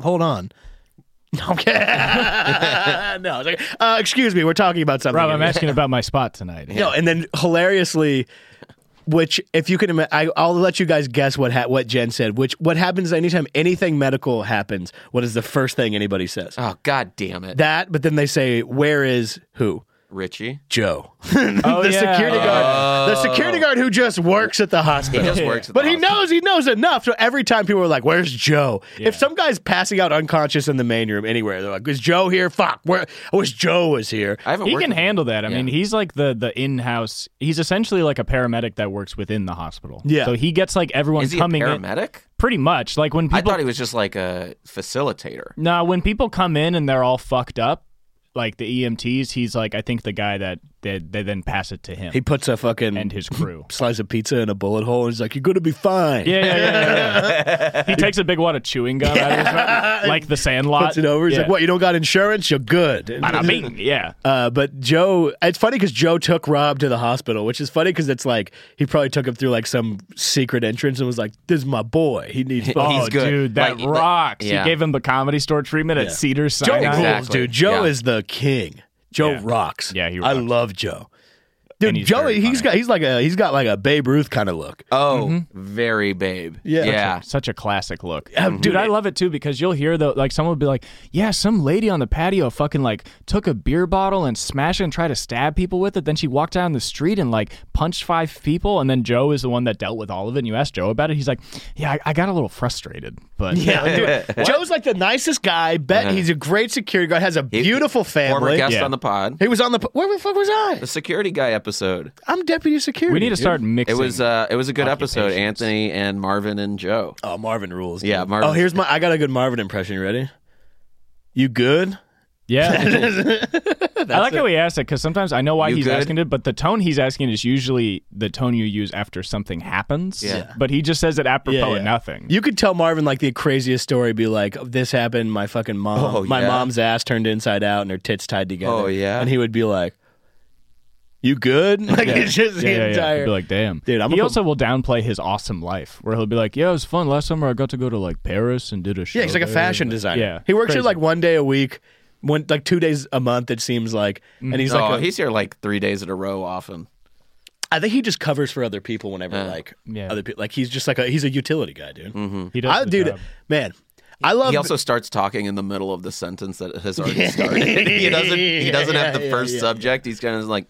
S1: hold on. Okay. no, I was like, uh, excuse me, we're talking about something.
S3: Rob, I'm
S1: here."
S3: asking about my spot tonight.
S1: No, and then hilariously, which if you can, ima- I, I'll let you guys guess what ha- what Jen said. Which what happens anytime anything medical happens? What is the first thing anybody says?
S2: Oh god damn it,
S1: That, but then they say, "Where is who?"
S2: Richie.
S1: Joe.
S3: Oh,
S1: the
S3: yeah.
S1: security guard. The security guard who just works at the
S2: Oh. He
S1: hospital.
S2: just works. At
S1: But
S2: the
S1: he
S2: hospital.
S1: knows he knows enough. So every time people are like, "Where's Joe?" If some guy's passing out unconscious in the main room anywhere, they're like, "Is Joe here?" Fuck. Where? I wish Joe was here.
S2: I haven't.
S3: He
S2: worked
S3: can
S2: with-
S3: handle that. I
S2: Yeah.
S3: mean, he's like the the in-house. He's essentially like a paramedic that works within the hospital.
S1: Yeah.
S3: So he gets like everyone
S2: Is he a
S3: coming in.
S2: paramedic?
S3: Pretty much, like when
S2: I
S3: people
S2: thought he was just like a facilitator.
S3: No, when people come in and they're all fucked up, like the EMTs, he's like, I think the guy that they, they then pass it to him
S1: He puts a fucking
S3: and his crew.
S1: slice of pizza in a bullet hole, and he's like, "You're gonna be fine."
S3: Yeah, yeah, yeah. yeah, yeah. he takes a big wad of chewing gum out of his mouth, like the Sandlot.
S1: Puts it over. He's
S3: yeah.
S1: like, "What? You don't got insurance? You're good."
S3: I mean, yeah.
S1: Uh, but Joe, it's funny because Joe took Rob to the hospital, which is funny because it's like he probably took him through like some secret entrance and was like, "This is my boy. He needs."
S2: Oh,
S1: fucking-"
S2: he's
S3: oh,
S2: good.
S3: dude, that
S2: Like, like-
S3: rocks.
S2: yeah.
S3: He gave him the comedy store treatment at Cedar
S1: Joe
S3: Sinai.
S1: rules,
S2: Exactly.
S1: dude. Joe
S2: Yeah.
S1: is the king. Joe
S3: Yeah.
S1: rocks.
S3: Yeah, he
S1: I
S3: rocks.
S1: love Joe. Dude,
S3: And he's
S1: Joey,
S3: very
S1: he's
S3: funny.
S1: got he's like a he's got like a Babe Ruth kind of look.
S2: Oh, very babe.
S1: Yeah.
S2: yeah.
S3: Such a classic look. Mm-hmm.
S1: Yeah,
S3: Dude,
S1: dude,
S3: I
S1: it-
S3: love it too because you'll hear though like someone will be like, Yeah, some lady on the patio fucking like took a beer bottle and smashed it and tried to stab people with it. Then she walked down the street and like punched five people and then Joe is the one that dealt with all of it and you asked Joe about it, he's like, Yeah, I, I got a little frustrated. But
S1: Yeah, dude. Joe's like the nicest guy. Bet he's a great security guard. Has a beautiful
S2: Former
S1: family.
S2: guest
S3: Yeah.
S2: on the pod.
S1: He was on the po- where the fuck was I?
S2: The security guy episode.
S1: I'm deputy security.
S3: we need to
S1: dude.
S3: start
S2: It
S3: mixing
S2: was uh, it was a good episode. Anthony and Marvin and Joe.
S1: Oh, Marvin rules.
S2: Yeah,
S1: dude.
S2: Marvin-
S1: Oh, here's my. I got a good Marvin impression. You ready? You good?
S3: Yeah, I like
S1: it.
S3: how he asked it because sometimes I know why
S2: You
S3: he's
S2: good?
S3: asking it, but the tone he's asking is usually the tone you use after something happens.
S2: Yeah.
S3: But he just says it apropos
S1: Yeah, yeah.
S3: of nothing.
S1: You could tell Marvin like the craziest story, be like, "This happened. My fucking mom.
S2: Oh,
S1: my
S2: yeah.
S1: mom's ass turned inside out and her tits tied together."
S2: Oh, yeah?
S1: and he would be like, "You good?" Like it's just
S3: yeah,
S1: the
S3: yeah, yeah.
S1: entire.
S3: He'd Be like, damn,
S1: Dude, I'm
S3: he
S1: gonna
S3: also will downplay his awesome life, where he'll be like, "Yeah, it was fun. Last summer, I got to go to like Paris and did a show."
S1: yeah, he's like a
S3: there."
S1: fashion designer.
S3: Yeah,
S1: he works here
S3: crazy.
S1: like one day a week, one like two days a month. It seems like, and he's
S2: oh,
S1: like, a-
S2: he's here like three days in a row often.
S1: I think he just covers for other people whenever
S2: Yeah.
S1: like
S3: Yeah.
S1: other people. Like he's just like a he's a utility guy, dude.
S3: He does
S1: I
S3: the
S1: dude,
S3: job.
S1: man, I love.
S2: Mm-hmm. He also starts talking in the middle of the sentence that has already started. he doesn't. He
S1: Yeah,
S2: doesn't
S1: yeah,
S2: have the
S1: yeah,
S2: first
S1: yeah.
S2: subject. He's kind of like,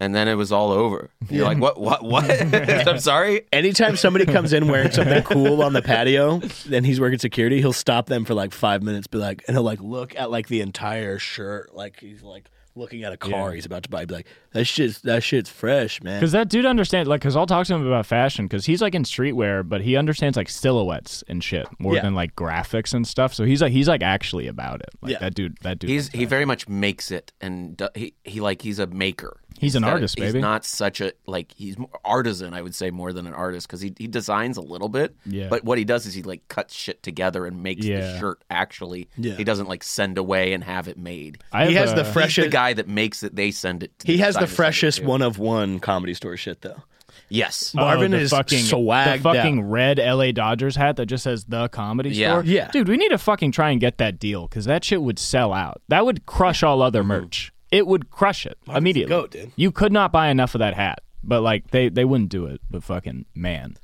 S2: and then it was all over. You're like, what? What? What? I'm sorry.
S1: Anytime somebody comes in wearing something cool on the patio and he's working security, he'll stop them for like five minutes, be like, and he'll like look at like the entire shirt, like he's like looking at a car he's about to buy, be like, that shit's that shit's fresh, man.
S3: Because that dude understands, like, because I'll talk to him about fashion, because he's like in streetwear, but he understands like silhouettes and shit more
S1: Yeah.
S3: than like graphics and stuff. So he's like, he's like actually about it. Like
S1: Yeah.
S3: that dude, that dude,
S2: He's he very much makes it, and do- he he like he's a maker.
S3: He's an
S2: Instead of-
S3: artist,
S2: He's
S3: baby.
S2: not such a like he's more artisan. I would say more than an artist because he he designs a little bit.
S3: Yeah.
S2: But what he does is he like cuts shit together and makes the
S3: Yeah.
S2: shirt actually.
S1: Yeah.
S2: He doesn't like send away and have it made.
S3: I
S1: he
S3: have
S1: has the fr-
S3: a-
S2: He's the
S1: Freshest-
S2: guy that makes it. They send it. To
S1: He has
S2: designer
S1: the
S2: to send it
S1: freshest
S2: to.
S1: one of one comedy store shit though.
S2: Yes.
S3: Oh,
S1: Marvin
S3: the
S1: is
S3: fucking,
S1: swagged
S3: The fucking
S1: out.
S3: red LA Dodgers hat that just says the comedy
S2: Yeah.
S3: store.
S1: Yeah.
S3: Dude, we need to fucking try and get that deal because that shit would sell out. That would crush all other merch. It would crush it immediately.
S1: Mm-hmm. goat, dude.
S3: You could not buy enough of that hat. But like they, they wouldn't do it, but fucking man.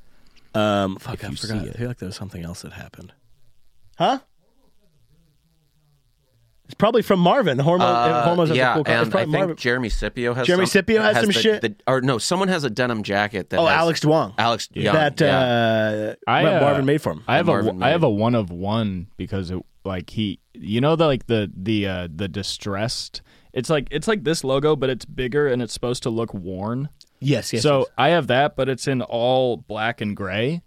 S1: Um, fuck, I forgot.
S3: see
S1: I feel like there was something else that happened. Huh? It's probably from Marvin. Hormo,
S2: Uh,
S1: Hormo's has a
S2: yeah,
S1: cool. co- it's
S2: and I
S1: probably
S2: think
S1: Marvin.
S2: Jeremy Scipio has
S1: Jeremy
S2: some,
S1: Scipio has some
S2: the-
S1: shit?
S2: the- or no, someone has a denim jacket that.
S1: oh,
S2: has-
S1: Alex Duong.
S2: Alex Young,
S1: that
S2: yeah.
S1: uh,
S3: I,
S1: what
S3: uh,
S1: Marvin made for him.
S3: I have
S2: that
S3: a
S2: Marvin
S3: I have
S2: made.
S3: a one of one because it like he you know the like the the uh, the distressed it's like it's like this logo but it's bigger and it's supposed to look worn.
S1: yes, yes.
S3: so
S1: yes.
S3: I have that, but it's in all black and gray,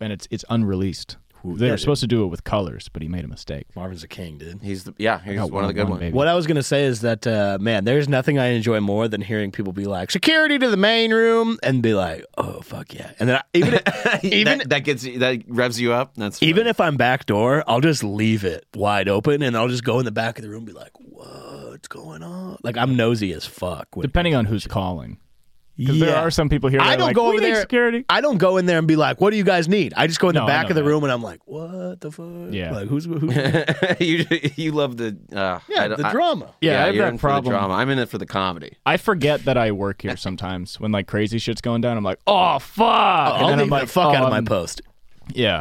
S3: and it's it's unreleased. They
S1: yeah,
S3: were supposed to do it with colors, but he made a mistake.
S1: Marvin's a king, dude.
S2: He's the, yeah, he's
S3: got
S2: one of the good
S3: one,
S2: ones.
S3: baby.
S1: What I was gonna say is that uh, man, there's nothing I enjoy more than hearing people be like security to the main room and be like, oh fuck yeah, and then I, even if, even
S2: that, that gets that revs you up. That's fun.
S1: even if I'm back door, I'll just leave it wide open and I'll just go in the back of the room and be like, what's going on? Like I'm nosy as fuck. When,
S3: Depending on who's calling, because
S1: yeah.
S3: there are some people here.
S1: I
S3: that are
S1: don't
S3: like,
S1: go
S3: "What do
S1: over
S3: you think,
S1: there.
S3: Security.
S1: I don't go in there and be like, "What do you guys need?" I just go in
S3: No,
S1: the
S3: I
S1: back
S3: know
S1: of the
S3: that.
S1: room and I'm like, "What the fuck?"
S3: Yeah.
S1: like who's who?
S2: you you love the uh,
S1: Yeah,
S2: I don't-
S1: the
S2: I-
S1: drama.
S3: Yeah, I have
S2: you're
S3: that
S2: in For
S3: problem.
S2: the drama. I'm in it for the comedy.
S3: I forget that I work here sometimes when like crazy shit's going down. I'm like, oh fuck, and
S1: I'll
S3: then
S1: leave
S3: I'm
S1: the
S3: like,
S1: fuck
S3: "Oh,
S1: out of my
S3: I'm-"
S1: post.
S3: Yeah,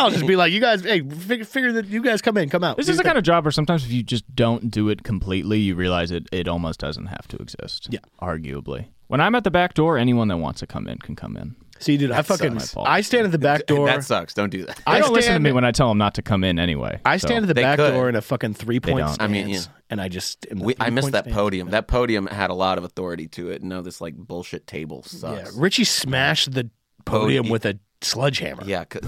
S1: I'll just be like, you guys, hey, fig- figure that you guys come in, come out.
S3: this is the kind of job where sometimes if you just don't do it completely, you realize it it almost doesn't have to exist.
S1: Yeah.
S3: arguably. When I'm at the back door, anyone that wants to come in can come in.
S1: See, dude, I fucking,
S3: sucks.
S1: I stand at the back door.
S2: That sucks. Don't do that.
S1: I
S3: They don't listen to
S1: stand-
S3: me when I tell them not to come in anyway.
S1: I
S3: so.
S1: stand at the
S2: They
S1: back
S2: could.
S1: door in a fucking three point
S3: don't.
S1: stance,
S2: I mean, yeah.
S1: and I just in the
S2: We, I missed
S1: three-point
S2: that
S1: stance.
S2: podium. That podium had a lot of authority to it. No, this like bullshit table
S1: Yeah,
S2: sucks.
S1: Richie smashed the podium
S2: Podium.
S1: with a sledgehammer.
S2: Yeah, 'cause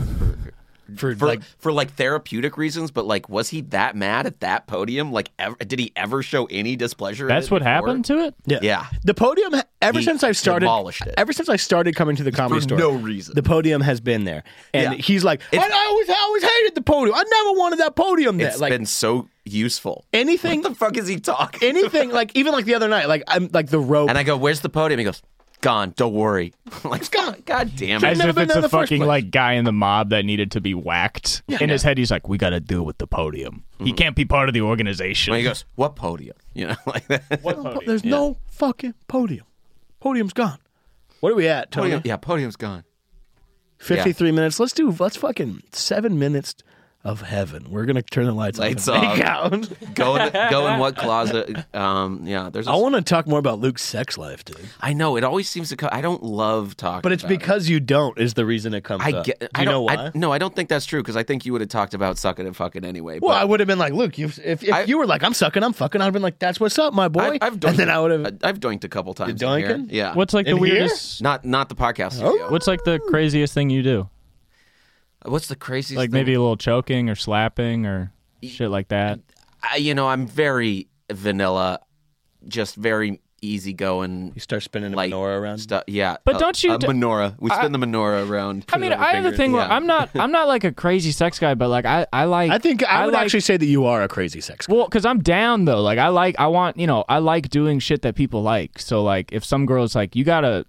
S2: for,
S1: for,
S2: for
S1: like,
S2: like for like therapeutic reasons, but like, was he that mad at that podium? Like, ever, did he ever show any displeasure? at
S3: That's
S2: it
S3: what
S2: before?
S3: happened to it.
S2: Yeah.
S1: The podium, ha- ever
S2: He
S1: since I've started,
S2: demolished it.
S1: ever since I started coming to the comedy
S2: For
S1: store,
S2: no reason.
S1: the podium has been there, and
S2: Yeah.
S1: he's like, I,
S2: It's-
S1: I always, I always hated the podium. I never wanted that podium there.
S2: It's
S1: like
S2: been so useful.
S1: anything,
S2: What the fuck is he talking?
S1: anything, like even like the other night, like I'm like the rope.
S2: and I go, "Where's the podium?" He goes, "Gone. Don't worry." I'm like, God, God damn it.
S3: As
S1: never
S3: if
S1: been
S3: it's
S1: there in
S3: a
S1: the first
S3: fucking
S1: place.
S3: like guy in the mob that needed to be whacked. in his head, he's like, "We got to deal with the podium. He can't be part of the organization."
S2: And he goes, "What podium?" You know, like that. What
S1: Po- There's no fucking podium. Podium's gone. What are we at, Tony?
S2: podium? Yeah, podium's gone.
S1: 53 minutes. Let's do, let's fucking seven minutes of heaven. We're going to turn the lights,
S2: Lights
S1: off. and
S2: off.
S1: make out.
S2: Go in, go in what closet? Um, yeah, there's. A,
S1: I want to talk more about Luke's sex life, dude.
S2: I know it always seems to come. I don't love talking,
S1: But it's
S2: about it.
S1: because you don't is the reason it comes
S2: I
S1: up.
S2: get.
S1: Do
S2: I
S1: you
S2: don't,
S1: know why?
S2: I, no, I don't think that's true because I think you would have talked about sucking and fucking anyway.
S1: well, I
S2: but
S1: would have been like, Luke, you, if, if
S2: I-
S1: you were like, I'm sucking, I'm fucking, I'd have been like, that's what's up, my boy.
S2: I, have doinked,
S1: and then I would have,
S2: I- I've doinked a couple times. in here.
S1: doinking?
S2: Yeah.
S3: What's like the
S1: In here?
S3: weirdest?
S2: not not the podcast studio.
S3: What's like the craziest thing you do?
S2: What's the craziest?
S3: Like
S2: thing?
S3: maybe a little choking or slapping or shit like that.
S2: I, you know, I'm very vanilla, just very easygoing
S4: You start spinning a
S2: Like,
S4: menorah around.
S2: stuff. Yeah,
S3: But
S2: a-
S3: don't you
S2: a
S3: d-
S2: menorah? We spin the menorah around.
S3: I mean, I have the thing. Where
S2: Yeah.
S3: I'm not. I'm not like a crazy sex guy, but like I, I like.
S1: I think I, would
S3: like,
S1: actually say that you are a crazy sex. guy.
S3: Well, because I'm down though. Like I like. I want. You know. I like doing shit that people like. So like, if some girl's like, you gotta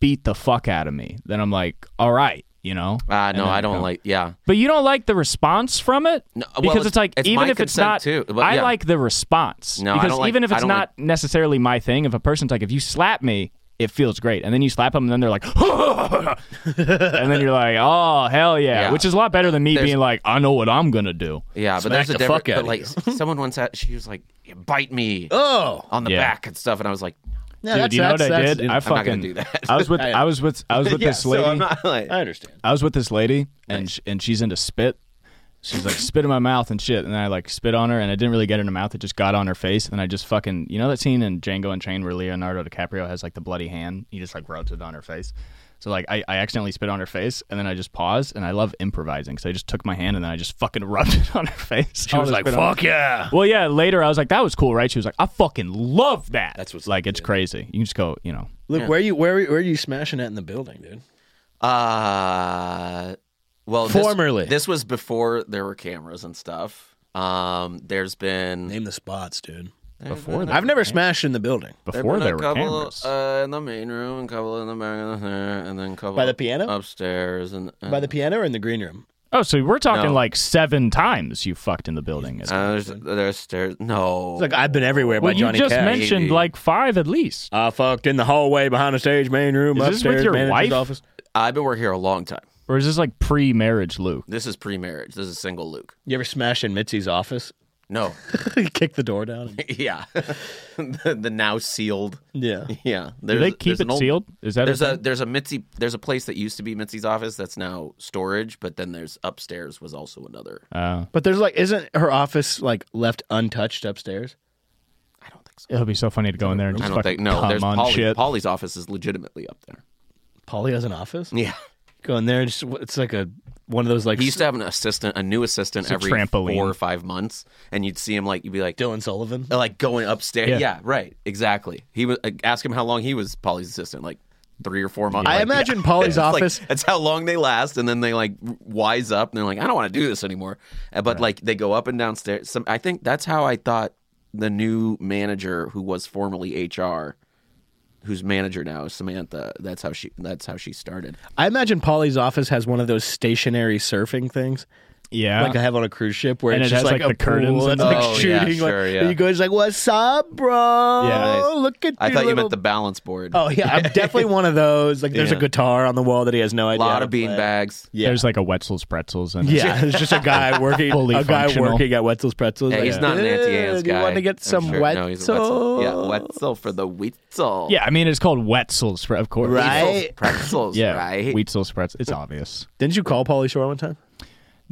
S3: beat the fuck out of me, then I'm like, all right. You know.
S2: Uh,
S3: And
S2: no,
S3: then
S2: I don't
S3: go.
S2: like. Yeah,
S3: But you don't like the response from it
S2: No, well,
S3: because
S2: it's-
S3: it's like
S2: it's
S3: even
S2: my
S3: if it's
S2: consent,
S3: not.
S2: too. Well,
S3: I
S2: yeah.
S3: like the response
S2: No, I
S3: because
S2: don't like-
S3: even if
S2: I
S3: it's
S2: don't
S3: not necessarily my thing, if a person's like, if you slap me, it feels great, and then you slap them, and then they're like, and then you're like, oh hell yeah,
S2: Yeah.
S3: which is a lot better than me
S2: There's-
S3: being like, I know what I'm gonna do.
S2: yeah. But there's
S1: Smack
S2: a
S1: the
S2: different. But
S1: fuck outta
S2: like, someone once had, she was like, "Bite me
S1: oh,
S2: on the
S3: Yeah.
S2: back and stuff," and I was like,
S1: yeah,
S3: Dude,
S1: that's-
S3: you know what
S1: that's-
S3: I
S1: that's-
S3: did? I
S2: "I'm not
S3: fucking
S2: gonna do that."
S3: I was with I was with I was with
S2: Yeah,
S3: this lady.
S2: So I'm not like,
S1: I understand.
S3: I was with this lady, and sh and she's into spit. She's like spit in my mouth and shit, and I like spit on her, and I didn't really get in her mouth. It just got on her face, and I just fucking you know that scene in Django Unchained where Leonardo DiCaprio has like the bloody hand, he just like rubs it on her face. So like I, I accidentally spit on her face, and then I just paused, and I love improvising, so I just took my hand and then I just fucking rubbed it on her face.
S1: She was like, "Fuck yeah!"
S3: Well, yeah. Later, I was like, "That was cool, right?" She was like, "I fucking love that."
S4: That's what's
S3: like it's crazy. You can just go, you know.
S1: Look, where you where where are you smashing at in the building, dude?
S2: Uh, well, this-
S1: Formerly.
S2: this, was before there were cameras and stuff. Um, there's been
S1: Name the spots, dude.
S2: Uh,
S3: Before that,
S1: I've never smashed in the building.
S2: there've
S3: before
S2: been
S3: there
S2: a
S3: were
S2: couple
S3: cameras.
S2: Uh, in the main room, a couple in the back of the hair, and then a couple
S1: By the piano?
S2: upstairs, and, and
S1: By the piano or in the green room?
S3: Oh, so we're talking
S2: No.
S3: like seven times you fucked in the building. It's-
S2: uh, there's, there's stairs. No,
S1: It's like I've been everywhere
S3: well,
S1: by
S3: you
S1: Johnny
S3: just
S1: Cash.
S3: mentioned like five at least.
S1: I fucked in the hallway behind the stage, main room,
S3: Is this with
S1: upstairs,
S3: your
S1: manager's
S3: wife?
S1: office.
S2: I've been working here a long time.
S3: Or is this like pre marriage Luke?
S2: This is pre-marriage. This is single Luke.
S1: You ever smash in Mitzi's office?
S2: No,
S1: You Kick the door down. and-
S2: yeah, the, the now sealed.
S1: yeah.
S2: Yeah,
S3: Do
S2: there's,
S3: they keep
S2: there's an
S3: it
S2: old-
S3: sealed? Is that
S2: There's
S3: a,
S2: a there's a Mitzi there's a place that used to be Mitzi's office that's now storage, but then there's upstairs was also another.
S3: a uh,
S1: But there's like, isn't her office like left untouched upstairs?
S2: I don't think so.
S3: It'll be so funny to go in there
S2: I
S3: and just
S2: don't
S3: fucking
S2: think no.
S3: cum
S2: There's
S3: on
S2: Polly.
S3: shit.
S2: Polly's office is legitimately up there.
S1: Polly has an office.
S2: Yeah,
S1: Go in there. And just, it's like a one of those like
S2: he used to have an assistant, a new assistant
S3: a
S2: every
S3: trampoline.
S2: four or five months, and you'd see him like you'd be like,
S1: Dylan Sullivan.
S2: like going upstairs.
S3: Yeah.
S2: Yeah, right, exactly. He was like, ask him how long he was Polly's assistant, like three or four months.
S1: I
S2: Like,
S1: imagine Polly's
S2: It's like-
S1: office.
S2: it's how long they last, and then they like wise up, and they're like, "I don't want to do this anymore." Uh, But like they go up and downstairs. Some, I think that's how I thought the new manager, who was formerly HR, whose manager now is Samantha. That's how she. That's how she started.
S1: I imagine Polly's office has one of those stationary surfing things.
S3: Yeah.
S1: like I have on a cruise ship where
S3: And
S1: it's just
S3: it has,
S1: like, a
S3: like, the curtains
S1: pool
S3: and
S1: that's like
S2: stuff. Oh, yeah,
S1: shooting. like,
S2: sure, yeah.
S1: and you go, it's like, what's up, bro?
S3: Yeah.
S1: Look at
S2: I
S1: your
S2: thought you
S1: little-
S2: meant the balance board.
S1: Oh yeah, I'm definitely one of those. Like, there's a
S2: Yeah.
S1: guitar on the wall that he has no
S2: a
S1: idea.
S2: lot
S1: how
S2: of
S1: to
S2: bean
S1: play.
S2: bags.
S1: Yeah,
S3: There's like a Wetzel's pretzels and
S1: yeah. It's just a guy working.
S3: Fully
S1: a guy
S3: functional.
S1: working at Wetzel's Pretzels.
S2: Hey,
S1: like,
S2: he's not an anti Anz
S1: "Dude,
S2: guy.
S1: You want to get
S2: I'm
S1: some
S2: sure.
S1: Wetzel?
S2: No, he's a Wetzel. Yeah, Wetzel for the Wetzel.
S3: Yeah, I mean it's called Wetzel's, pre- of course.
S1: Right.
S2: Wetzel's pretzels,
S3: Yeah,
S2: right?
S3: Wetzel's pretzels. It's obvious.
S1: Didn't you call Pauly Shore one time?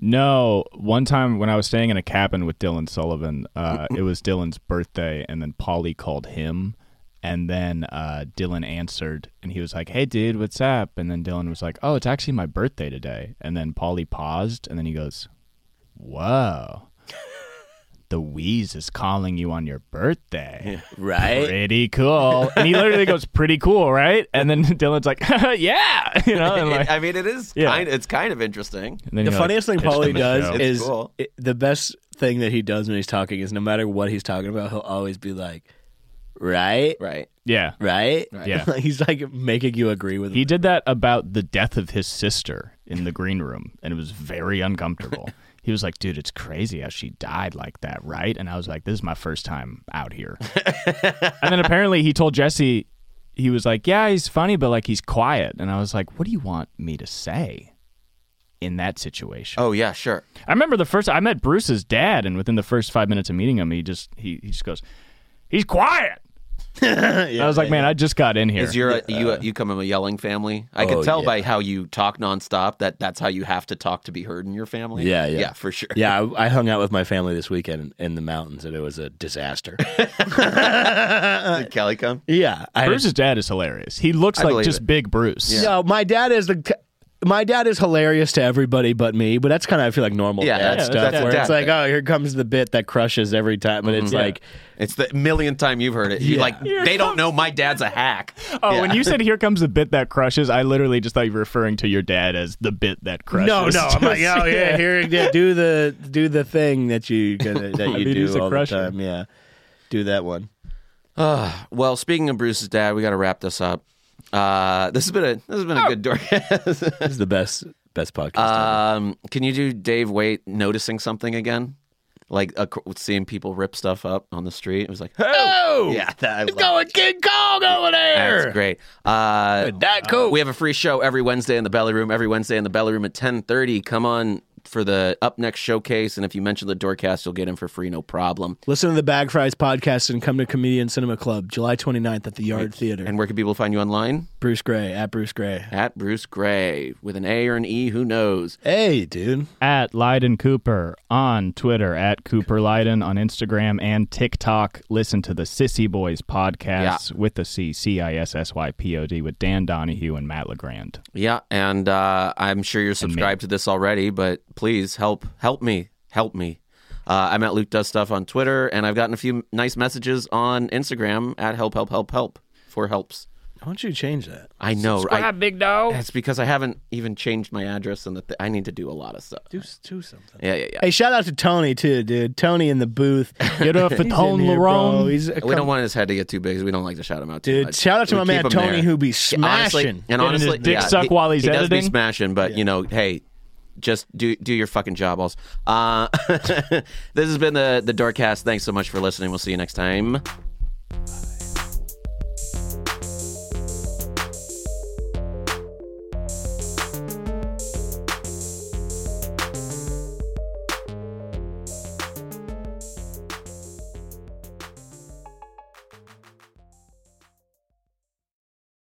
S3: No, one time when I was staying in a cabin with Dylan Sullivan, uh, it was Dylan's birthday, and then Polly called him, and then uh, Dylan answered, and he was like, "Hey, dude, what's up?" And then Dylan was like, "Oh, it's actually my birthday today." And then Polly paused, and then he goes, "Whoa, the Wheeze is calling you on your birthday."
S1: Right.
S3: Pretty cool, and he literally goes, "Pretty cool, right?" And then Dylan's like, "Yeah," you know. And, like,
S2: I mean, it is.
S3: Yeah.
S2: Kind, it's kind of interesting.
S3: and then
S1: The
S3: he, like,
S1: funniest thing
S3: pitched him
S1: Paulie
S3: the
S1: does
S3: show.
S2: It's
S1: is
S2: cool.
S1: it- the best thing that he does when he's talking is no matter what he's talking about, he'll always be like, "Right,
S2: Right.
S3: yeah.
S1: right."
S3: Yeah.
S1: he's like making you agree with him.
S3: He did that about the death of his sister in the green room, and it was very uncomfortable. he was like, dude, it's crazy how she died like that, right? And I was like, this is my first time out here. and then apparently he told Jesse, he was like, yeah, he's funny, but like he's quiet. And I was like, what do you want me to say? In that situation,
S2: Oh yeah, sure.
S3: I remember the first I met Bruce's dad, and within the first five minutes of meeting him, he just he, he just goes, "He's quiet." I was like, "Man, I just got in here."
S2: Because you're a, you you come from a yelling family. I could
S1: Oh,
S2: tell
S1: yeah.
S2: by how you talk nonstop that that's how you have to talk to be heard in your family.
S1: Yeah, yeah.
S2: yeah, for sure.
S1: Yeah, I, I hung out with my family this weekend in the mountains, and it was a disaster.
S2: Did Kelly come?
S1: yeah, I had a-
S3: Bruce's dad is hilarious. He looks
S2: I
S3: like
S2: believe
S3: just
S2: it.
S3: big Bruce.
S1: No, my dad is the. my dad is hilarious to everybody but me, but that's kind of I feel like normal
S2: Yeah,
S1: dad
S2: yeah,
S1: stuff
S2: that's
S1: where
S2: dad Mm-hmm.
S1: it's like,
S2: thing.
S1: oh, here comes the bit that crushes every time, and it's like,
S2: It's the millionth time you've heard it. You're
S1: Yeah.
S2: like, they don't know my dad's a hack.
S3: Oh,
S2: Yeah.
S3: when you said "Here comes the bit that crushes," I literally just thought you were referring to your dad as the bit that crushes.
S1: no, no, I'm like, oh yeah, here, yeah, do the do the thing that you gonna, that you
S3: mean, he's
S1: do
S3: a
S1: all the
S3: crusher.
S1: time, yeah, do that one.
S2: Ah, well, speaking of Bruce's dad, we got to wrap this up. Uh, this has been a this has been a good door.
S1: This is the best best podcast. ever.
S2: um, can you do Dave Wait noticing something again? Like a, seeing people rip stuff up on the street. It was like,
S1: Oh,
S2: yeah, that, I love-
S1: King Kong over there.
S2: That's great. Uh,
S1: That cool.
S2: We have a free show every Wednesday in the Belly Room. Every Wednesday in the Belly Room at ten thirty. Come on for the up next showcase, and if you mention the Doorcast, you'll get in for free, no problem.
S1: Listen to the Bag Fries podcast and come to Comedian Cinema Club July 29th at the Yard Theater.
S2: And where can people find you online?
S1: Bruce Gray at Bruce Gray.
S2: At Bruce Gray with an A or an E, who knows?
S1: Hey, dude.
S3: at Leiden Cooper on Twitter, at Cooper Leiden on Instagram and TikTok. Listen to the Sissy Boys podcast with the C C I S S Y P O D with Dan Donahue and Matt Legrand.
S2: Yeah, and uh, I'm sure you're subscribed to this already, but please help help me help me. Uh, I'm at Luke Does Stuff on Twitter, and I've gotten a few nice messages on Instagram at help help help help for helps.
S1: Why don't you change that?
S2: I know, right? big dog. It's because I haven't even changed my address, and the th- I need to do a lot of stuff.
S1: Do, do something.
S2: Yeah, yeah, yeah.
S1: Hey, shout out to Tony, too, dude. Tony in the booth.
S3: Get off the
S1: He's
S3: phone,
S1: in here,
S3: Laurent.
S1: bro. He's a
S2: we don't want his head to get too big. so We don't like to shout him out too
S1: Dude,
S2: much.
S1: shout out to
S2: We
S1: my man
S2: keep him
S1: Tony
S2: there.
S1: who be
S2: Honestly-
S1: smashing.
S2: and
S3: Getting his
S2: honestly,
S3: dick
S2: yeah,
S3: suck
S2: he-
S3: while he's
S2: he does be
S3: editing.
S2: smashing, but you know, hey, just do do your fucking job, also. Uh, this has been the the Doorcast. Thanks so much for listening. We'll see you next time.